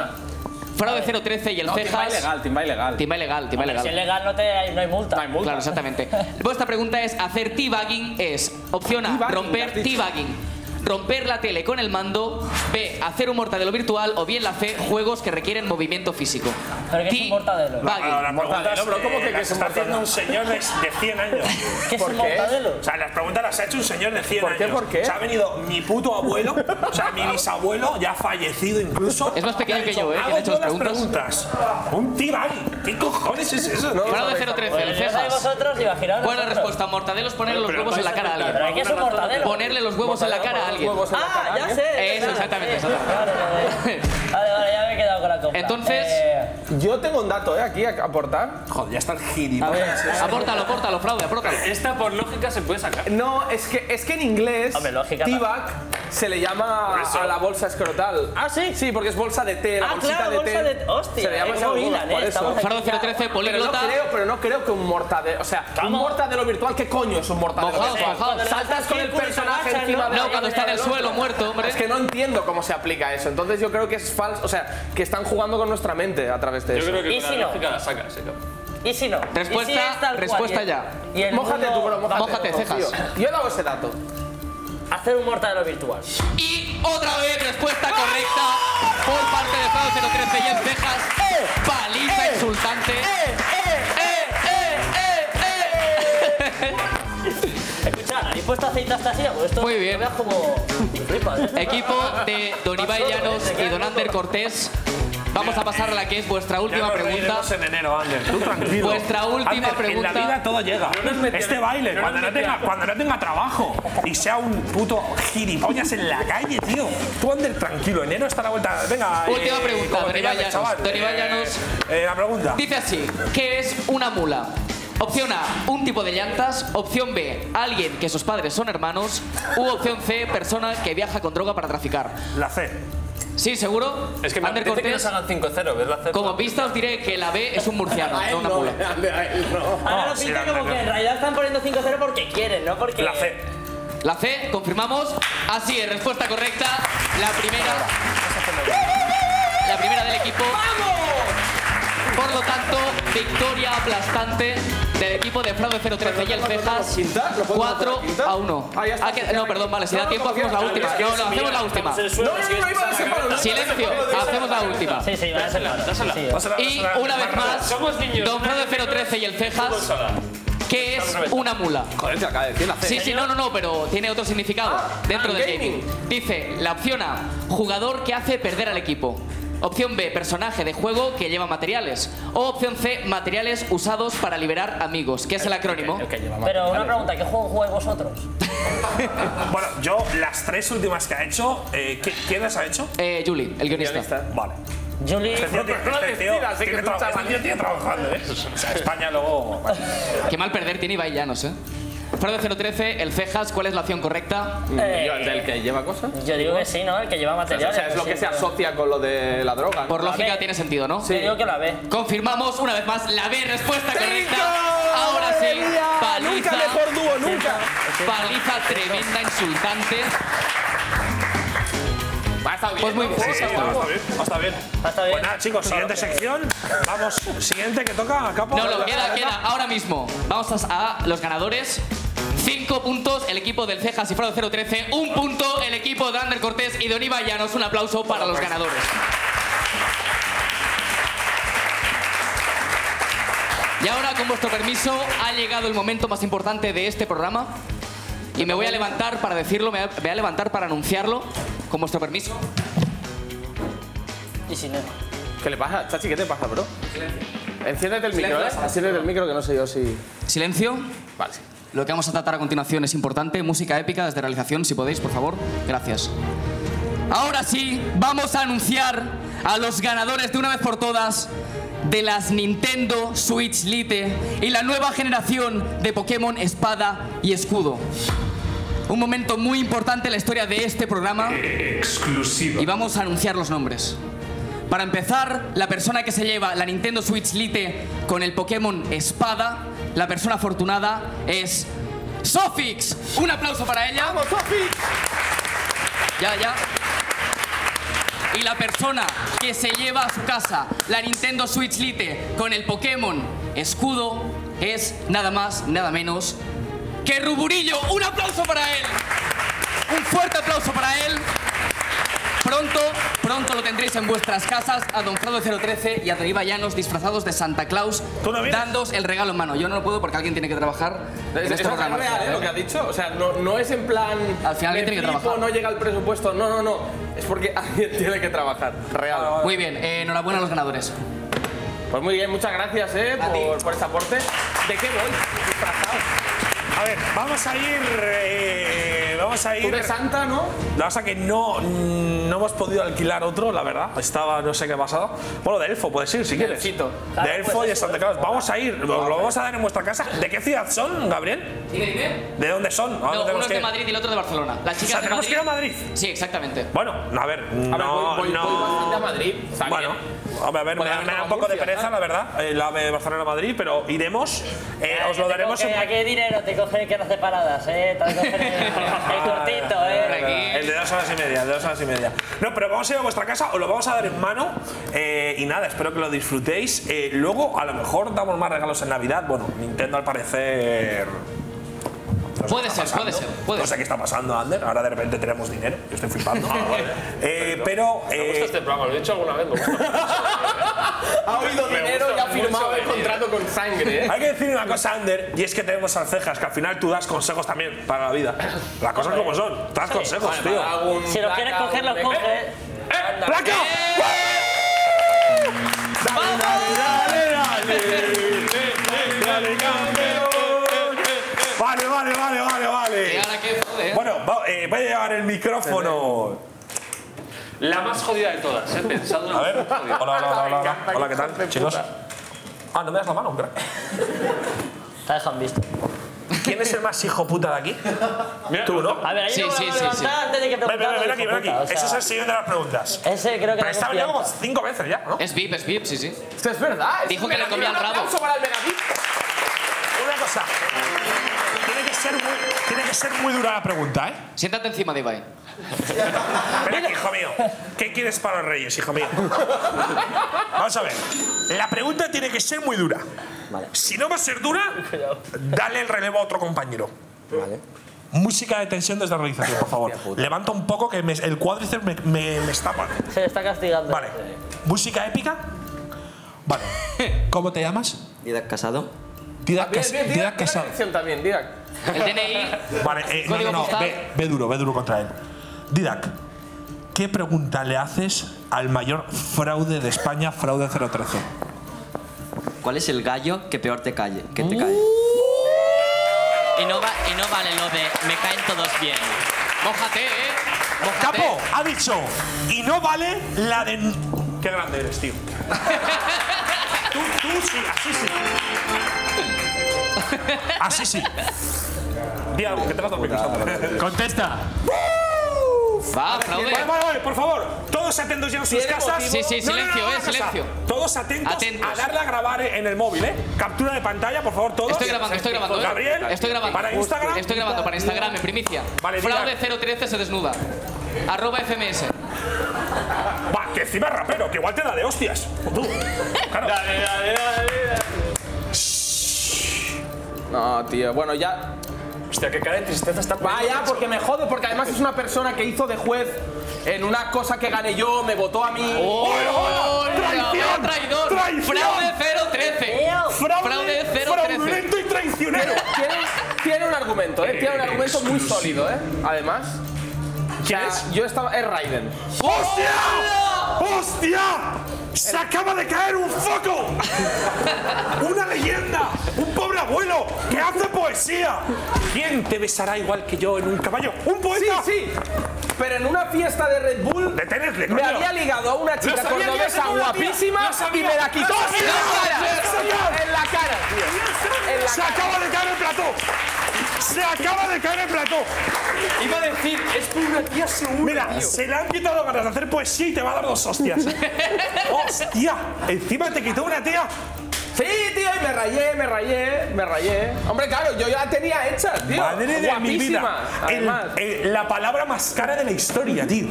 [SPEAKER 3] Fraude 013 y el
[SPEAKER 1] No, timba
[SPEAKER 3] Cejas.
[SPEAKER 1] ilegal, timba ilegal.
[SPEAKER 3] Timba ilegal, timba
[SPEAKER 2] Hombre, Si es
[SPEAKER 3] ilegal.
[SPEAKER 2] legal no, te, hay- no hay multa. No hay multa.
[SPEAKER 3] Claro, exactamente. Vuestra pregunta es hacer teabagging es opción A, romper teabagging. Romper la tele con el mando, B, hacer un mortadelo virtual o bien la C, juegos que requieren movimiento físico.
[SPEAKER 2] Pero que es un mortadelo.
[SPEAKER 5] Ahora, las preguntas
[SPEAKER 1] bro, ¿cómo que
[SPEAKER 5] eh,
[SPEAKER 1] qué
[SPEAKER 5] las
[SPEAKER 1] es un
[SPEAKER 5] está haciendo
[SPEAKER 1] mortadelo?
[SPEAKER 5] un señor de, de 100 años.
[SPEAKER 2] ¿Qué es un mortadelo?
[SPEAKER 5] O sea, las preguntas las ha hecho un señor de 100
[SPEAKER 1] ¿Por qué,
[SPEAKER 5] años.
[SPEAKER 1] por qué?
[SPEAKER 5] O sea, ha venido mi puto abuelo, o sea, mi bisabuelo, ya fallecido incluso.
[SPEAKER 3] Es más pequeño
[SPEAKER 5] y ha
[SPEAKER 3] que
[SPEAKER 5] dicho,
[SPEAKER 3] yo, ¿eh? ¿Quién ha
[SPEAKER 5] "Hago
[SPEAKER 3] hecho las
[SPEAKER 5] todas preguntas. Un tibari. ¿Qué cojones es eso?
[SPEAKER 1] No,
[SPEAKER 3] Fraude 013, el
[SPEAKER 2] Bueno, yo soy
[SPEAKER 3] Cejas.
[SPEAKER 2] Pues vosotros y va a girar
[SPEAKER 3] Buena
[SPEAKER 2] vosotros.
[SPEAKER 3] respuesta, mortadelos, ponerle los
[SPEAKER 4] Pero
[SPEAKER 3] huevos en la cara a alguien.
[SPEAKER 2] Pero aquí es un mortadelo.
[SPEAKER 3] Ponerle los huevos en la cara a alguien.
[SPEAKER 1] Huevos en la cara,
[SPEAKER 2] Ah, ya
[SPEAKER 1] ¿eh?
[SPEAKER 2] sé.
[SPEAKER 3] Eso, exactamente,
[SPEAKER 2] sí,
[SPEAKER 3] exactamente.
[SPEAKER 2] Vale, vale, vale, vale, ya me he quedado con la compra.
[SPEAKER 3] Entonces-
[SPEAKER 2] Eh,
[SPEAKER 1] Yo tengo un dato, ¿eh? Aquí a aportar.
[SPEAKER 5] Joder, ya está el
[SPEAKER 2] a ver,
[SPEAKER 5] gilipollas.
[SPEAKER 2] a ver.
[SPEAKER 3] Apórtalo, apórtalo, fraude, apórtalo.
[SPEAKER 4] Esta por lógica se puede sacar.
[SPEAKER 1] No, es que, es que en inglés,
[SPEAKER 2] Hombre, lógica,
[SPEAKER 1] T-Bag se le llama
[SPEAKER 4] Por eso.
[SPEAKER 1] a la bolsa escrotal.
[SPEAKER 2] Ah, sí.
[SPEAKER 1] Sí, porque es bolsa de té, la
[SPEAKER 2] Ah,
[SPEAKER 1] bolsita
[SPEAKER 2] claro,
[SPEAKER 1] de té.
[SPEAKER 2] bolsa de. Hostia,
[SPEAKER 1] se le llama
[SPEAKER 2] eh,
[SPEAKER 1] esa
[SPEAKER 2] cómo
[SPEAKER 1] bolsa,
[SPEAKER 2] hilan,
[SPEAKER 1] por
[SPEAKER 2] eh,
[SPEAKER 1] eso.
[SPEAKER 2] estamos aquí
[SPEAKER 3] Fraude
[SPEAKER 2] ya.
[SPEAKER 3] 013,
[SPEAKER 1] Pero no
[SPEAKER 3] políglota.
[SPEAKER 1] creo, pero no creo que un mortadelo, o sea, un mortadelo virtual, ¿qué coño es un mortadelo
[SPEAKER 3] Mojaos,
[SPEAKER 1] virtual?
[SPEAKER 3] mojaos.
[SPEAKER 1] Saltas con el
[SPEAKER 2] Círculo y se
[SPEAKER 1] personaje
[SPEAKER 2] agachan,
[SPEAKER 1] encima
[SPEAKER 2] ¿no?
[SPEAKER 1] de la
[SPEAKER 3] No, cuando está en el
[SPEAKER 1] del
[SPEAKER 3] suelo
[SPEAKER 1] otro.
[SPEAKER 3] muerto, hombre.
[SPEAKER 1] Es que no entiendo cómo se aplica eso, entonces yo creo que es falso, o sea, que están jugando con nuestra mente a través de
[SPEAKER 4] Yo
[SPEAKER 1] eso.
[SPEAKER 4] creo que
[SPEAKER 2] ¿Y
[SPEAKER 4] con
[SPEAKER 2] si
[SPEAKER 4] la
[SPEAKER 2] no?
[SPEAKER 4] lógica la sacas, sí, claro.
[SPEAKER 2] ¿Y si no?
[SPEAKER 3] Respuesta-
[SPEAKER 2] ¿Y si es tal cual?
[SPEAKER 3] respuesta
[SPEAKER 2] Y-
[SPEAKER 3] ya.
[SPEAKER 2] Y el
[SPEAKER 1] Mójate
[SPEAKER 2] mundo-
[SPEAKER 1] tú, bro, mójate.
[SPEAKER 3] Mójate,
[SPEAKER 1] tío.
[SPEAKER 3] cejas.
[SPEAKER 1] Yo he dado ese dato.
[SPEAKER 2] Hacer un mortadelo virtual.
[SPEAKER 3] Y otra vez respuesta correcta por parte de Fraude 013 y el Cejas.
[SPEAKER 1] ¡Eh!
[SPEAKER 3] Paliza insultante. Eh,
[SPEAKER 1] ¡Eh!
[SPEAKER 2] Escucha, ¿habéis puesto aceite hasta así? Pues esto
[SPEAKER 3] Muy bien.
[SPEAKER 2] lo veas como... flipas, ¿eh?
[SPEAKER 3] Equipo de Don Ibai Llanos y Don Ander Cortés. Vamos a pasar a la que es vuestra
[SPEAKER 5] Ya nos
[SPEAKER 3] última pregunta.
[SPEAKER 1] ¿eh?
[SPEAKER 5] reiremos en enero, Ander. Tú tranquilo.
[SPEAKER 3] Vuestra última
[SPEAKER 5] Ander,
[SPEAKER 3] pregunta.
[SPEAKER 5] En la vida todo llega. este baile, cuando, no tenga, cuando no tenga trabajo y sea un puto gilipollas en la calle, tío. Tú, Ander, tranquilo. Enero está a la vuelta. Venga.
[SPEAKER 3] Última pregunta,
[SPEAKER 5] como
[SPEAKER 3] Don
[SPEAKER 5] te
[SPEAKER 3] Iván
[SPEAKER 5] llames,
[SPEAKER 3] Llanos,
[SPEAKER 5] chaval.
[SPEAKER 3] Don Iván Llanos.
[SPEAKER 5] Eh, la pregunta.
[SPEAKER 3] Dice así, ¿qué es una mula? Opción A, un tipo de llantas. Opción B, alguien que sus padres son hermanos. U opción C, persona que viaja con droga para traficar.
[SPEAKER 5] La C.
[SPEAKER 3] ¿Sí, seguro?
[SPEAKER 4] Es que me
[SPEAKER 3] Ander
[SPEAKER 4] apetece que nos
[SPEAKER 3] Cortés,
[SPEAKER 4] hagan 5-0, ¿ves la C?
[SPEAKER 3] como pista os diré que la B es un murciano,
[SPEAKER 4] Ah, eh,
[SPEAKER 3] no una mula.
[SPEAKER 2] Ahora lo
[SPEAKER 5] sí,
[SPEAKER 2] pinta
[SPEAKER 5] la
[SPEAKER 2] como
[SPEAKER 5] tengo.
[SPEAKER 2] que en realidad están poniendo 5-0 porque quieren, no porque...
[SPEAKER 5] La C.
[SPEAKER 3] La C, confirmamos. Así es, respuesta correcta. La primera. La primera del equipo. Por lo tanto, victoria aplastante del equipo de Fraude 013 y el Cejas.
[SPEAKER 1] quintar, ¿lo podemos hacer
[SPEAKER 3] 4
[SPEAKER 1] a quintar?
[SPEAKER 3] a 1.
[SPEAKER 1] Ah, ya está, se queda
[SPEAKER 3] no, perdón, vale, si da tiempo hacemos la última. No, no, hacemos la última.
[SPEAKER 1] No, no, no, iba a ser para los-
[SPEAKER 3] Silencio, hacemos la última.
[SPEAKER 2] Sí, sí, va a ser la... Sí,
[SPEAKER 5] Pásala,
[SPEAKER 3] Y
[SPEAKER 5] pásala.
[SPEAKER 3] una vez más,
[SPEAKER 4] Somos niños.
[SPEAKER 3] Don Fraude 013 y el Cejas, ¿qué es una mula?
[SPEAKER 1] Joder, te acaba de decir la C.
[SPEAKER 3] Sí, sí, no, no, no, pero tiene otro significado
[SPEAKER 1] Ah,
[SPEAKER 3] dentro
[SPEAKER 1] ah,
[SPEAKER 3] del gaming.
[SPEAKER 1] gaming.
[SPEAKER 3] Dice, la opción A, jugador que hace perder al equipo. Opción B, personaje de juego que lleva materiales. O opción C, materiales usados para liberar amigos, que es el acrónimo.
[SPEAKER 2] Pero una pregunta, ¿qué juego jugáis vosotros?
[SPEAKER 5] Bueno, yo las tres últimas que ha hecho, eh, ¿qui- ¿quién las ha hecho?
[SPEAKER 3] Eh, Julie, el guionista.
[SPEAKER 5] Vale.
[SPEAKER 2] Julie,
[SPEAKER 5] Este tío,
[SPEAKER 3] No
[SPEAKER 5] este tío
[SPEAKER 3] decidas, eh, que
[SPEAKER 5] tiene
[SPEAKER 3] tú
[SPEAKER 5] tra-
[SPEAKER 3] sabes.
[SPEAKER 5] este tío tiene trabajando, ¿eh? O sea, España luego.
[SPEAKER 3] Qué mal perder tiene Ibai Llanos, ¿eh? Fraude 013, el Cejas, ¿cuál es la opción correcta?
[SPEAKER 2] Eh, Yo, el del
[SPEAKER 1] que lleva cosas.
[SPEAKER 2] Yo digo que sí, ¿no? El que lleva materiales.
[SPEAKER 1] O sea, es lo que se asocia con lo de la droga. ¿no?
[SPEAKER 3] Por lógica tiene sentido, ¿no?
[SPEAKER 2] Yo digo que la B.
[SPEAKER 3] Confirmamos una vez más la B, respuesta correcta. Ahora sí,
[SPEAKER 11] ¡Madre mía!
[SPEAKER 3] paliza.
[SPEAKER 11] Nunca mejor dúo, nunca.
[SPEAKER 3] Paliza tremenda, insultante. Ha estado bien. Pues muy bien.
[SPEAKER 5] Sí, sí, está bien, está bien. Está bien. Pues nada, chicos, siguiente sección. Vamos, siguiente que toca a capo.
[SPEAKER 3] No, no, queda, queda. Ahora mismo. Vamos a, a los ganadores. 5 puntos el equipo del Cejas y Fraude 013. Un punto el equipo de Ander Cortés y de Oliva Llanos. Un aplauso para los ganadores. Y ahora, con vuestro permiso, ha llegado el momento más importante de este programa. Y me voy a levantar para decirlo, me voy a levantar para anunciarlo. Con vuestro permiso.
[SPEAKER 2] Y si no.
[SPEAKER 1] ¿Qué le pasa? Chachi, ¿qué te pasa, bro? Enciéndete el micro, ¿eh? Enciéndete el micro que no sé yo si...
[SPEAKER 3] Silencio. Vale. Lo que vamos a tratar a continuación es importante. Música épica desde realización, si podéis, por favor. Gracias. Ahora sí, vamos a anunciar a los ganadores de una vez por todas de las Nintendo Switch Lite y la nueva generación de Pokémon Espada y Escudo. Un momento muy importante en la historia de este programa. Exclusivo. Y vamos a anunciar los nombres. Para empezar, la persona que se lleva la Nintendo Switch Lite con el Pokémon Espada, la persona afortunada es Sofix. Un aplauso para ella. ¡Vamos, Sofix! Ya, ya. Y la persona que se lleva a su casa la Nintendo Switch Lite con el Pokémon Escudo es nada más, nada menos que Ruburillo. Un aplauso para él. Un fuerte aplauso para él. Pronto, pronto lo tendréis en vuestras casas a Don Frado 013 y a Deriva Llanos disfrazados de Santa Claus dándos el regalo en mano. Yo no lo puedo porque alguien tiene que trabajar en
[SPEAKER 1] Es,
[SPEAKER 3] este
[SPEAKER 1] es
[SPEAKER 3] programa.
[SPEAKER 1] real, ¿eh? Lo que ha dicho. O sea, no, no es en plan... Al
[SPEAKER 3] final alguien tiene que trabajar.
[SPEAKER 1] No llega el presupuesto. No, no, no. Es porque alguien tiene que trabajar. Real.
[SPEAKER 3] Muy bien. eh, enhorabuena a los ganadores.
[SPEAKER 1] Pues muy bien. Muchas gracias, ¿eh? Por, por este aporte. ¿De qué voy?
[SPEAKER 5] A ver, vamos a ir. eh, vamos a ir.
[SPEAKER 1] de Santa, ¿no?
[SPEAKER 5] La cosa que no, no hemos podido alquilar otro, la verdad. Estaba, no sé qué ha pasado. Bueno, de Elfo, puedes ir si quieres. De Elfo y de Santa Claus. Vamos a ir, lo, lo vamos a dar en vuestra casa. ¿De qué ciudad son, Gabriel?
[SPEAKER 3] Dime, dime.
[SPEAKER 5] ¿De dónde son? ¿A
[SPEAKER 3] No,
[SPEAKER 5] dónde
[SPEAKER 3] uno
[SPEAKER 5] tenemos
[SPEAKER 3] es
[SPEAKER 5] que
[SPEAKER 3] de
[SPEAKER 5] ir?
[SPEAKER 3] Madrid y el otro de Barcelona. La
[SPEAKER 5] O
[SPEAKER 3] chica
[SPEAKER 5] sea,
[SPEAKER 3] es de
[SPEAKER 5] tenemos
[SPEAKER 3] Madrid.
[SPEAKER 5] que ir a Madrid.
[SPEAKER 3] Sí, exactamente.
[SPEAKER 5] Bueno, a ver, no,
[SPEAKER 3] voy- voy-
[SPEAKER 5] no.
[SPEAKER 3] voy bastante a Madrid,
[SPEAKER 5] bueno, hombre, a ver, me, da- me da un poco de pereza, la verdad, eh, la de Barcelona-Madrid, pero iremos, eh, os lo daremos
[SPEAKER 2] Te
[SPEAKER 5] en...
[SPEAKER 2] coge- ¿A qué dinero te cogen que no hace paradas, eh? Te cogen el, el cortito, eh.
[SPEAKER 5] Ah, El de dos horas y media, el de dos horas y media. No, pero vamos a ir a vuestra casa, os lo vamos a dar en mano eh, y nada, espero que lo disfrutéis. Eh, luego, a lo mejor damos más regalos en Navidad. Bueno, Nintendo al parecer. puede ser, puede ser, No sé qué está pasando, Ander. Ahora de repente tenemos dinero. Yo estoy flipando. Eh, pero.
[SPEAKER 4] Me gusta este programa, lo he hecho alguna vez. me gusta.
[SPEAKER 1] Ha oído
[SPEAKER 4] Me
[SPEAKER 1] dinero
[SPEAKER 4] gusta
[SPEAKER 1] y ha
[SPEAKER 4] mucho
[SPEAKER 1] firmado el
[SPEAKER 4] venir.
[SPEAKER 1] contrato con sangre, ¿eh?
[SPEAKER 5] Hay que decir una cosa, Ander, y es que tenemos al Cejas, que al final tú das consejos también para la vida. Las cosas como son, tú das
[SPEAKER 2] Sí.
[SPEAKER 5] consejos,
[SPEAKER 2] Vale,
[SPEAKER 5] tío.
[SPEAKER 2] para algún Si lo quieres placa, coger, lo algún- coges. Anda.
[SPEAKER 5] ¡Placa!
[SPEAKER 11] Dale, dale, dale, dale,
[SPEAKER 5] Vale, vale, vale, vale, vale.
[SPEAKER 11] ¿Y ahora qué, joder?
[SPEAKER 5] Bueno, va- eh, voy a llevar el micrófono.
[SPEAKER 4] La más jodida de todas, he pensado en
[SPEAKER 5] A ver, hola, hola, hola, hola, hola. Hola, ¿qué tal, chicos? Ah, no me das la mano, hombre.
[SPEAKER 2] Te dejan visto.
[SPEAKER 5] ¿Quién es el más hijo puta de aquí? Tú, ¿no?
[SPEAKER 2] A ver, ahí Sí, no me sí, voy a sí, levantar sí. antes de que
[SPEAKER 5] Ven, ven,
[SPEAKER 2] preguntar
[SPEAKER 5] ven
[SPEAKER 2] lo
[SPEAKER 5] aquí,
[SPEAKER 2] hijo
[SPEAKER 5] ven aquí.
[SPEAKER 2] puta, o sea-
[SPEAKER 5] Ese es el siguiente de las preguntas.
[SPEAKER 2] Ese creo que
[SPEAKER 5] Pero
[SPEAKER 2] no Eh.
[SPEAKER 5] está
[SPEAKER 2] confía.
[SPEAKER 5] venido como cinco veces ya, ¿no?
[SPEAKER 3] Es VIP, es VIP, sí, sí.
[SPEAKER 1] Esto es verdad. es
[SPEAKER 3] Dijo que le
[SPEAKER 1] verdad.
[SPEAKER 3] comía
[SPEAKER 1] Un
[SPEAKER 3] el rabo.
[SPEAKER 1] aplauso para el Megavip.
[SPEAKER 5] Una cosa. Tiene que ser muy, tiene que ser muy dura la pregunta, ¿eh?
[SPEAKER 3] Siéntate encima de Ibai.
[SPEAKER 5] Ven aquí, hijo mío. ¿Qué quieres para los reyes, hijo mío? Vamos a ver. La pregunta tiene que ser muy dura. Si no va a ser dura, dale el relevo a otro compañero. Música de tensión desde la realización, por favor. Levanta un poco que me- el cuádriceps me, me, me estampa.
[SPEAKER 2] Se le está castigando.
[SPEAKER 5] Vale. ¿Música épica? Vale. ¿Cómo te llamas?
[SPEAKER 7] Didac Casado.
[SPEAKER 5] Didac,
[SPEAKER 1] Bien,
[SPEAKER 5] Cas-
[SPEAKER 1] bien,
[SPEAKER 5] Didac
[SPEAKER 1] Didac,
[SPEAKER 5] Casado.
[SPEAKER 1] dirección también, Didac.
[SPEAKER 3] El DNI.
[SPEAKER 5] Vale, eh, no,
[SPEAKER 3] Código
[SPEAKER 5] no, no,
[SPEAKER 3] postal.
[SPEAKER 5] ve, ve duro, ve duro contra él. Didac, ¿Qué pregunta le haces al mayor fraude de España, fraude 013?
[SPEAKER 7] ¿Cuál es el gallo que peor te calle? Que te cae.
[SPEAKER 12] Y no, va, y no vale lo de me caen todos bien. Mójate, eh. Mójate.
[SPEAKER 5] Capo, ha dicho, y no vale la de... Qué grande eres, tío. tú, tú sí, así sí. Así sí. Di algo, que te vas a dormir. Contesta.
[SPEAKER 3] Va, fraude.
[SPEAKER 5] Vale, vale, vale, por favor, todos atentos ya en sus
[SPEAKER 3] ¿Tiene
[SPEAKER 5] casas.
[SPEAKER 3] motivo? Sí, sí, silencio, eh,
[SPEAKER 5] a casa.
[SPEAKER 3] silencio.
[SPEAKER 5] Todos atentos,
[SPEAKER 3] Atentos.
[SPEAKER 5] a darle a grabar en el móvil, ¿eh? Captura de pantalla, por favor, todos.
[SPEAKER 3] Estoy grabando, estoy grabando. eh.
[SPEAKER 5] Gabriel,
[SPEAKER 3] estoy grabando.
[SPEAKER 5] Para Instagram.
[SPEAKER 3] Estoy grabando para Instagram en primicia.
[SPEAKER 5] diga.
[SPEAKER 3] Fraude 013 se desnuda. Arroba FMS.
[SPEAKER 5] Va, que encima es rapero, que igual te da de hostias. O tú. Claro.
[SPEAKER 1] No, tío, bueno, ya.
[SPEAKER 4] Hostia, qué cara de tristeza está
[SPEAKER 1] Vaya, porque me jode, porque además es una persona que hizo de juez en una cosa que gané yo, me votó a mí.
[SPEAKER 3] ¡Oh,
[SPEAKER 1] ¡Hola!
[SPEAKER 3] ¡Traición! ¡Traidor! ¡Fraude 013! ¡Fraude 013!
[SPEAKER 5] y traicionero!
[SPEAKER 1] Tiene, tiene un argumento, ¿eh? Tiene un argumento muy sólido, ¿eh? Además. ¿Quién es? Yo estaba. Es Raiden.
[SPEAKER 5] ¡Hostia! ¡Hostia! ¡Se acaba de caer un foco! ¡Una leyenda! ¡Un pobre abuelo que hace poesía! ¿Quién te besará igual que yo en un caballo? ¡Un poeta!
[SPEAKER 1] Sí, sí. Pero en una fiesta de Red Bull.
[SPEAKER 5] Detenedle,
[SPEAKER 1] Me
[SPEAKER 5] coño.
[SPEAKER 1] había ligado a una
[SPEAKER 5] Lo
[SPEAKER 1] chica
[SPEAKER 5] sabía que iba a ser
[SPEAKER 1] cordobesa
[SPEAKER 5] una tía.
[SPEAKER 1] guapísima
[SPEAKER 5] Lo sabía.
[SPEAKER 1] y me la quitó
[SPEAKER 5] Lo
[SPEAKER 1] en la
[SPEAKER 5] sabía.
[SPEAKER 1] cara.
[SPEAKER 5] Señor.
[SPEAKER 1] En la cara, tío. En la
[SPEAKER 5] ¡Se
[SPEAKER 1] cara.
[SPEAKER 5] acaba de caer el plató! ¡Se acaba de caer el plató!
[SPEAKER 1] Iba a decir, es que una tía segura.
[SPEAKER 5] Mira, se le han quitado ganas de hacer poesía y te va a dar dos hostias. ¡Hostia! Encima te quitó una tía.
[SPEAKER 1] Sí, tío, y me rayé, me rayé, me rayé. Hombre, claro, yo ya la tenía hecha, tío.
[SPEAKER 5] Madre de mi vida.
[SPEAKER 1] Guapísima,
[SPEAKER 5] El-
[SPEAKER 1] además.
[SPEAKER 5] el- la palabra más cara de la historia, tío.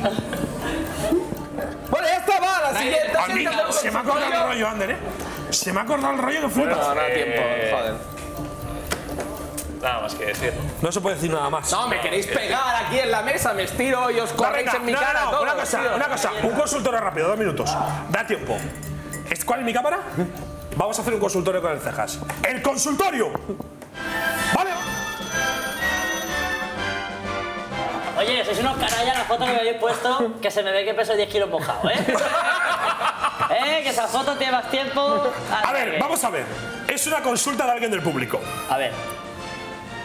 [SPEAKER 1] Bueno, ya está, va, la siguiente.
[SPEAKER 5] eh, A mí
[SPEAKER 1] siguiente
[SPEAKER 5] se me ha acordado el rollo, Eh. Ander, ¿eh? Se me ha acordado el rollo que flipas.
[SPEAKER 1] No, no da tiempo, joder.
[SPEAKER 4] Nada más que decir.
[SPEAKER 5] No se puede decir nada más.
[SPEAKER 1] No, me queréis pegar aquí en la mesa, me estiro y os
[SPEAKER 5] Eh. No,
[SPEAKER 1] corréis
[SPEAKER 5] venga,
[SPEAKER 1] en mi
[SPEAKER 5] no, no,
[SPEAKER 1] cara.
[SPEAKER 5] no,
[SPEAKER 1] todos,
[SPEAKER 5] una cosa,
[SPEAKER 1] tío.
[SPEAKER 5] una cosa. Un consultorio rápido, dos minutos. Da tiempo. ¿Es- ¿Cuál es mi cámara? Vamos a hacer un consultorio con el cejas. ¡El consultorio! ¿Vale?
[SPEAKER 2] Oye, sois unos canallas la foto que me habéis puesto, que se me ve que peso 10 kilos mojado, ¿eh? ¿Eh? Que esa foto tiene más tiempo.
[SPEAKER 5] A ver, vamos a ver. Es una consulta de alguien del público.
[SPEAKER 2] A ver.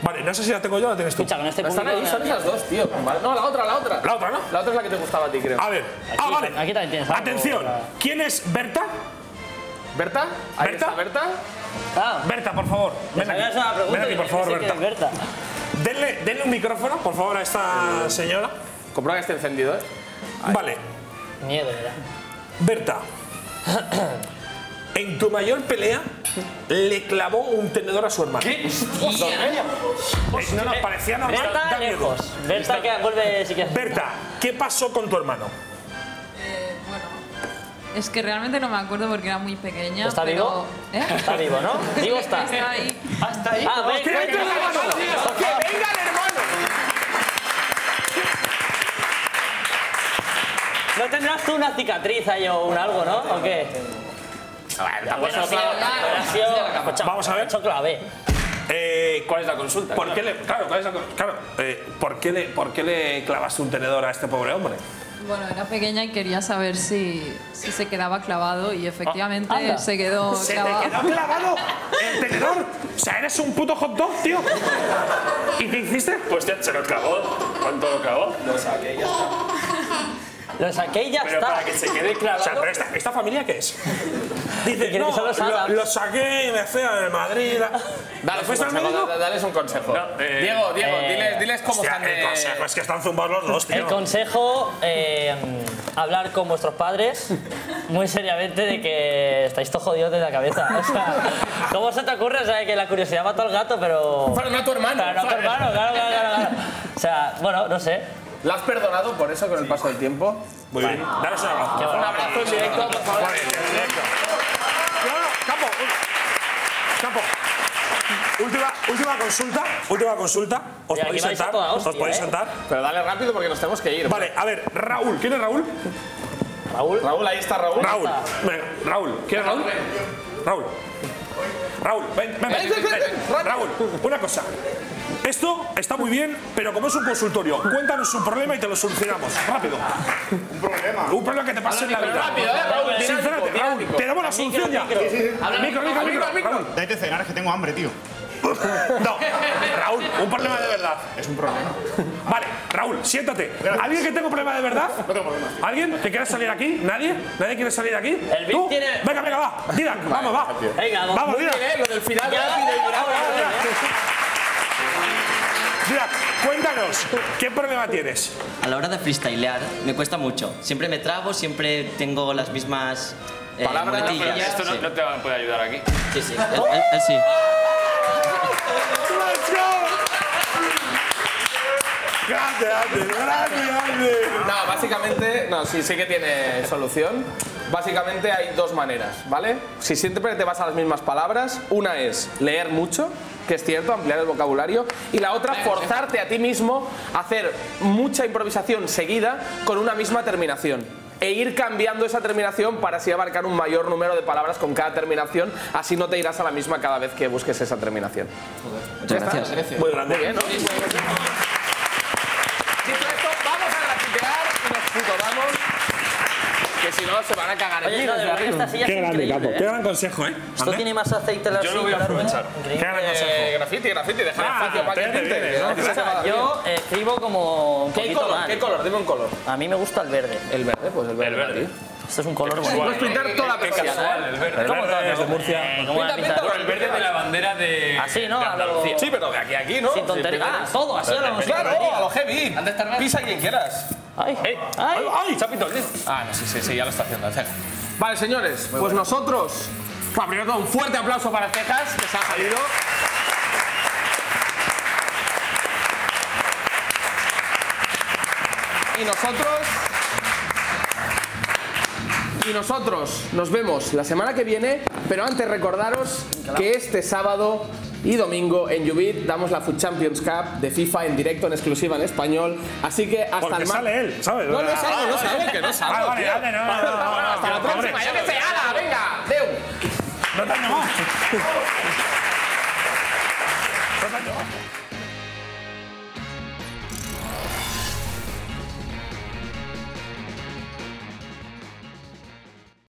[SPEAKER 5] Vale, no sé si la tengo yo o la tienes tú.
[SPEAKER 2] Escucha, con este
[SPEAKER 1] No Están ahí,
[SPEAKER 2] público me
[SPEAKER 1] son
[SPEAKER 2] da
[SPEAKER 1] esas dos, tío. Vale, No, la otra, la otra.
[SPEAKER 5] La otra, ¿no?
[SPEAKER 1] La otra es la que te gustaba a ti, creo.
[SPEAKER 5] A ver. ah, vale.
[SPEAKER 2] Aquí también tienes algo.
[SPEAKER 5] Atención. ¿Quién es Berta?
[SPEAKER 1] ¿Berta? Ahí
[SPEAKER 5] ¿Berta?
[SPEAKER 1] está, ¿Berta?
[SPEAKER 2] Ah,
[SPEAKER 5] Berta, por favor. Ven
[SPEAKER 2] sabía
[SPEAKER 5] aquí.
[SPEAKER 2] hacer una pregunta.
[SPEAKER 5] Ven aquí, por
[SPEAKER 2] yo
[SPEAKER 5] favor,
[SPEAKER 2] pensé que
[SPEAKER 5] Berta.
[SPEAKER 2] era Berta.
[SPEAKER 5] Denle, denle un micrófono, por favor, a esta señora.
[SPEAKER 1] Comprueba que esté encendido, ¿eh?
[SPEAKER 5] Vale.
[SPEAKER 2] Miedo, ¿verdad?
[SPEAKER 5] Berta, en tu mayor pelea le clavó un tenedor a su hermano. ¿Qué? no nos parecía normal.
[SPEAKER 2] Berta,
[SPEAKER 5] da miedo.
[SPEAKER 2] lejos. Berta que vuelve si quieres.
[SPEAKER 5] Berta, ¿qué pasó con tu hermano?
[SPEAKER 13] Es que realmente no me acuerdo porque era muy pequeña.
[SPEAKER 2] ¿Está
[SPEAKER 13] pero-
[SPEAKER 2] vivo?
[SPEAKER 13] ¿Eh?
[SPEAKER 2] Está vivo, ¿no? Digo está.
[SPEAKER 13] Está ahí.
[SPEAKER 2] Hasta ahí. Ah, ven,
[SPEAKER 5] ¡Tiene
[SPEAKER 2] ven,
[SPEAKER 5] tu
[SPEAKER 2] ven,
[SPEAKER 5] hermano!
[SPEAKER 2] ven, ven, por
[SPEAKER 5] ¡Que
[SPEAKER 2] favor.
[SPEAKER 5] venga el hermano!
[SPEAKER 2] No tendrás tú una cicatriz ahí o un algo, ¿no? ¿O qué? Bueno, sí, ha sido- pues
[SPEAKER 5] Vamos a ver.
[SPEAKER 2] Eso clave.
[SPEAKER 5] Eh,
[SPEAKER 4] ¿Cuál es la consulta?
[SPEAKER 5] ¿Por qué le, claro, ¿cuál es la co- claro, eh, ¿por qué le, por qué le clavaste un tenedor a este pobre hombre?
[SPEAKER 13] Bueno, era pequeña y quería saber si, si se quedaba clavado y efectivamente
[SPEAKER 2] Ah, anda.
[SPEAKER 13] se quedó
[SPEAKER 5] ¡Se te
[SPEAKER 13] clavado.
[SPEAKER 5] quedó clavado el tenedor! O sea, eres un puto hot dog, tío. ¿Y qué hiciste?
[SPEAKER 4] Pues ya se lo clavó. ¿Cuánto lo clavó?
[SPEAKER 2] Lo saqué y ya
[SPEAKER 4] Pero
[SPEAKER 2] está.
[SPEAKER 4] para que se quede
[SPEAKER 5] O sea,
[SPEAKER 4] clavado.
[SPEAKER 5] pero esta, ¿esta familia qué es? Dice,
[SPEAKER 2] que
[SPEAKER 5] no,
[SPEAKER 2] son los
[SPEAKER 5] lo,
[SPEAKER 2] Adams".
[SPEAKER 5] lo saqué y me fui a Madrid. la-
[SPEAKER 2] pues
[SPEAKER 1] Dale
[SPEAKER 5] ¿Fuiste
[SPEAKER 1] un
[SPEAKER 5] al
[SPEAKER 1] consejo,
[SPEAKER 5] médico?
[SPEAKER 1] da- dales un consejo.
[SPEAKER 4] No, eh,
[SPEAKER 1] Diego, Diego,
[SPEAKER 2] eh,
[SPEAKER 1] diles, diles cómo
[SPEAKER 5] Hostia,
[SPEAKER 1] están
[SPEAKER 5] el
[SPEAKER 1] de-
[SPEAKER 5] consejo es que están zumbados los dos,
[SPEAKER 2] El
[SPEAKER 5] tío.
[SPEAKER 2] consejo, eh, hablar con vuestros padres muy seriamente de que estáis todos jodidos de la cabeza. O sea, ¿cómo se te ocurre? O sea, que la curiosidad mató al gato, pero...
[SPEAKER 1] Pero no a tu hermano.
[SPEAKER 2] Pero no a tu
[SPEAKER 1] ¿sabes?
[SPEAKER 2] hermano, claro, claro, claro, claro. O sea, bueno, no sé.
[SPEAKER 1] ¿La has perdonado por eso con el paso del tiempo?
[SPEAKER 5] Muy bien. Daros un abrazo.
[SPEAKER 1] Un abrazo en directo, por favor.
[SPEAKER 5] Vale, directo. No, no, Campo. un- Campo. Última, última consulta. Última consulta. Os
[SPEAKER 2] Y aquí
[SPEAKER 5] podéis
[SPEAKER 2] vais a
[SPEAKER 5] sentar.
[SPEAKER 2] toda hostia,
[SPEAKER 5] os podéis
[SPEAKER 2] ¿eh?
[SPEAKER 5] sentar.
[SPEAKER 1] Pero dale rápido porque nos tenemos que ir.
[SPEAKER 5] Vale, a ver, Raúl. ¿Quién es Raúl?
[SPEAKER 2] Raúl,
[SPEAKER 1] Raúl, ahí está Raúl.
[SPEAKER 5] Raúl. Venga, Raúl. ¿Quién es Raúl? Raúl. Raúl, ven, ven, ven, ven, ven. Raúl, una cosa. Esto está muy bien, pero como es un consultorio, cuéntanos un problema y te lo solucionamos. Rápido. Un problema. Un problema que te pase en la
[SPEAKER 8] Habla,
[SPEAKER 5] vida.
[SPEAKER 8] micro, rápido, eh, Raúl, dinámico,
[SPEAKER 5] Sincerate, Raúl,
[SPEAKER 8] dinámico.
[SPEAKER 5] te damos la
[SPEAKER 8] Al micro,
[SPEAKER 5] solución ya.
[SPEAKER 8] micro. Sí, sí, sí. Habla,
[SPEAKER 5] Micro, micro,
[SPEAKER 8] micro,
[SPEAKER 5] micro.
[SPEAKER 8] micro.
[SPEAKER 5] Raúl.
[SPEAKER 14] Date cenar, es que tengo hambre, tío.
[SPEAKER 5] No, Raúl, un problema de verdad.
[SPEAKER 14] Es un problema.
[SPEAKER 5] Vale, Raúl, siéntate. ¿Alguien que tenga un problema de verdad? No tengo problema. ¿Alguien que quiera salir aquí? ¿Nadie? ¿Nadie quiere salir aquí? El ¿Tú?
[SPEAKER 2] tiene-
[SPEAKER 5] Venga, venga, va. Didac, vamos, va.
[SPEAKER 2] Venga, vamos.
[SPEAKER 5] vamos.
[SPEAKER 2] Muy
[SPEAKER 5] Didac.
[SPEAKER 2] bien, ¿eh? Lo del final
[SPEAKER 5] Ya.
[SPEAKER 2] rápido y bravo,
[SPEAKER 5] Vamos, Didac. Didac, cuéntanos, ¿qué problema tienes?
[SPEAKER 7] A la hora de freestylear me cuesta mucho. Siempre me trabo, siempre tengo las mismas eh,
[SPEAKER 4] Palabras, no, pero
[SPEAKER 7] muletillas,
[SPEAKER 4] esto no,
[SPEAKER 7] sí.
[SPEAKER 4] no te va- puede ayudar aquí.
[SPEAKER 7] Sí, sí. Él, él- él sí.
[SPEAKER 5] ¡Let's Grande, grande, grande.
[SPEAKER 1] No, básicamente, no, sí, sí que tiene solución. Básicamente hay dos maneras, ¿vale? Si siempre te vas a las mismas palabras, una es leer mucho, que es cierto, ampliar el vocabulario, y la otra, forzarte a ti mismo a hacer mucha improvisación seguida con una misma terminación. E ir cambiando esa terminación para así abarcar un mayor número de palabras con cada terminación, así no te irás a la misma cada vez que busques esa terminación.
[SPEAKER 7] Muchas
[SPEAKER 1] Ya está.
[SPEAKER 7] gracias.
[SPEAKER 1] Muy grande. Muy bien, ¿no? Dicho esto, vamos a grafitear y nos futoramos. Que si no, se van a cagar en
[SPEAKER 2] Oye,
[SPEAKER 1] mí
[SPEAKER 2] no, de
[SPEAKER 1] desde
[SPEAKER 2] verdad,
[SPEAKER 1] arriba.
[SPEAKER 2] esta silla es Qué grande, increíble, capo. ¿eh?
[SPEAKER 5] Qué gran consejo, ¿eh?
[SPEAKER 2] Esto
[SPEAKER 5] Ande.
[SPEAKER 2] tiene más aceite la
[SPEAKER 5] Yo lo voy a aprovechar. Qué gran
[SPEAKER 1] Eh,
[SPEAKER 5] consejo.
[SPEAKER 1] graffiti, graffiti, deja
[SPEAKER 5] Ah,
[SPEAKER 1] espacio para que
[SPEAKER 5] te
[SPEAKER 1] pinte.
[SPEAKER 5] vienes,
[SPEAKER 1] que no
[SPEAKER 5] ¿no?
[SPEAKER 1] te se te va la
[SPEAKER 2] Yo eh, escribo como un
[SPEAKER 1] ¿Qué
[SPEAKER 2] poquito
[SPEAKER 1] color?
[SPEAKER 2] mal.
[SPEAKER 1] ¿Qué color? Dime un color.
[SPEAKER 2] A mí me gusta el verde.
[SPEAKER 1] El verde, pues el verde.
[SPEAKER 2] Esto es un color
[SPEAKER 1] Puedes
[SPEAKER 2] bonito.
[SPEAKER 1] pintar toda la persiana, ¿eh?
[SPEAKER 5] ¿Cómo estás? Desde Murcia.
[SPEAKER 2] ¿Cómo la pinta?
[SPEAKER 4] Bueno, el verde de la bandera de.
[SPEAKER 2] Así, ¿no?
[SPEAKER 4] de
[SPEAKER 2] A lo-
[SPEAKER 4] Andalucía.
[SPEAKER 1] Sí, pero de aquí a aquí, ¿no?
[SPEAKER 2] Sin
[SPEAKER 1] Sí,
[SPEAKER 2] tontería.
[SPEAKER 1] pero-
[SPEAKER 2] Ah, todo, así a lo
[SPEAKER 1] Claro, a lo heavy. Pisa a quien quieras.
[SPEAKER 2] Ay, ay.
[SPEAKER 1] ¡Ay! Chapito, Ah, no, sí, sí, sí, ya lo está haciendo. Ceja. Vale, señores, pues nosotros. Bueno, primero todo, un fuerte aplauso para Cejas, que se ha salido. Y nosotros. Y nosotros nos vemos la semana que viene, pero antes recordaros que este sábado y domingo en Jubit damos la Food Champions Cup de FIFA en directo, en exclusiva en español. Así que hasta
[SPEAKER 5] Porque
[SPEAKER 1] el mar-
[SPEAKER 5] sale él, ¿sabes?
[SPEAKER 1] No, no salgo, no
[SPEAKER 5] Ah,
[SPEAKER 1] salgo,
[SPEAKER 5] vale.
[SPEAKER 1] que no salgo.
[SPEAKER 5] Ah, vale,
[SPEAKER 1] tío.
[SPEAKER 5] dale, no, no, no,
[SPEAKER 1] Bueno,
[SPEAKER 5] no,
[SPEAKER 1] hasta la
[SPEAKER 5] hombre.
[SPEAKER 1] próxima, yo que sé, ala, venga, Deu.
[SPEAKER 5] No te hagas más.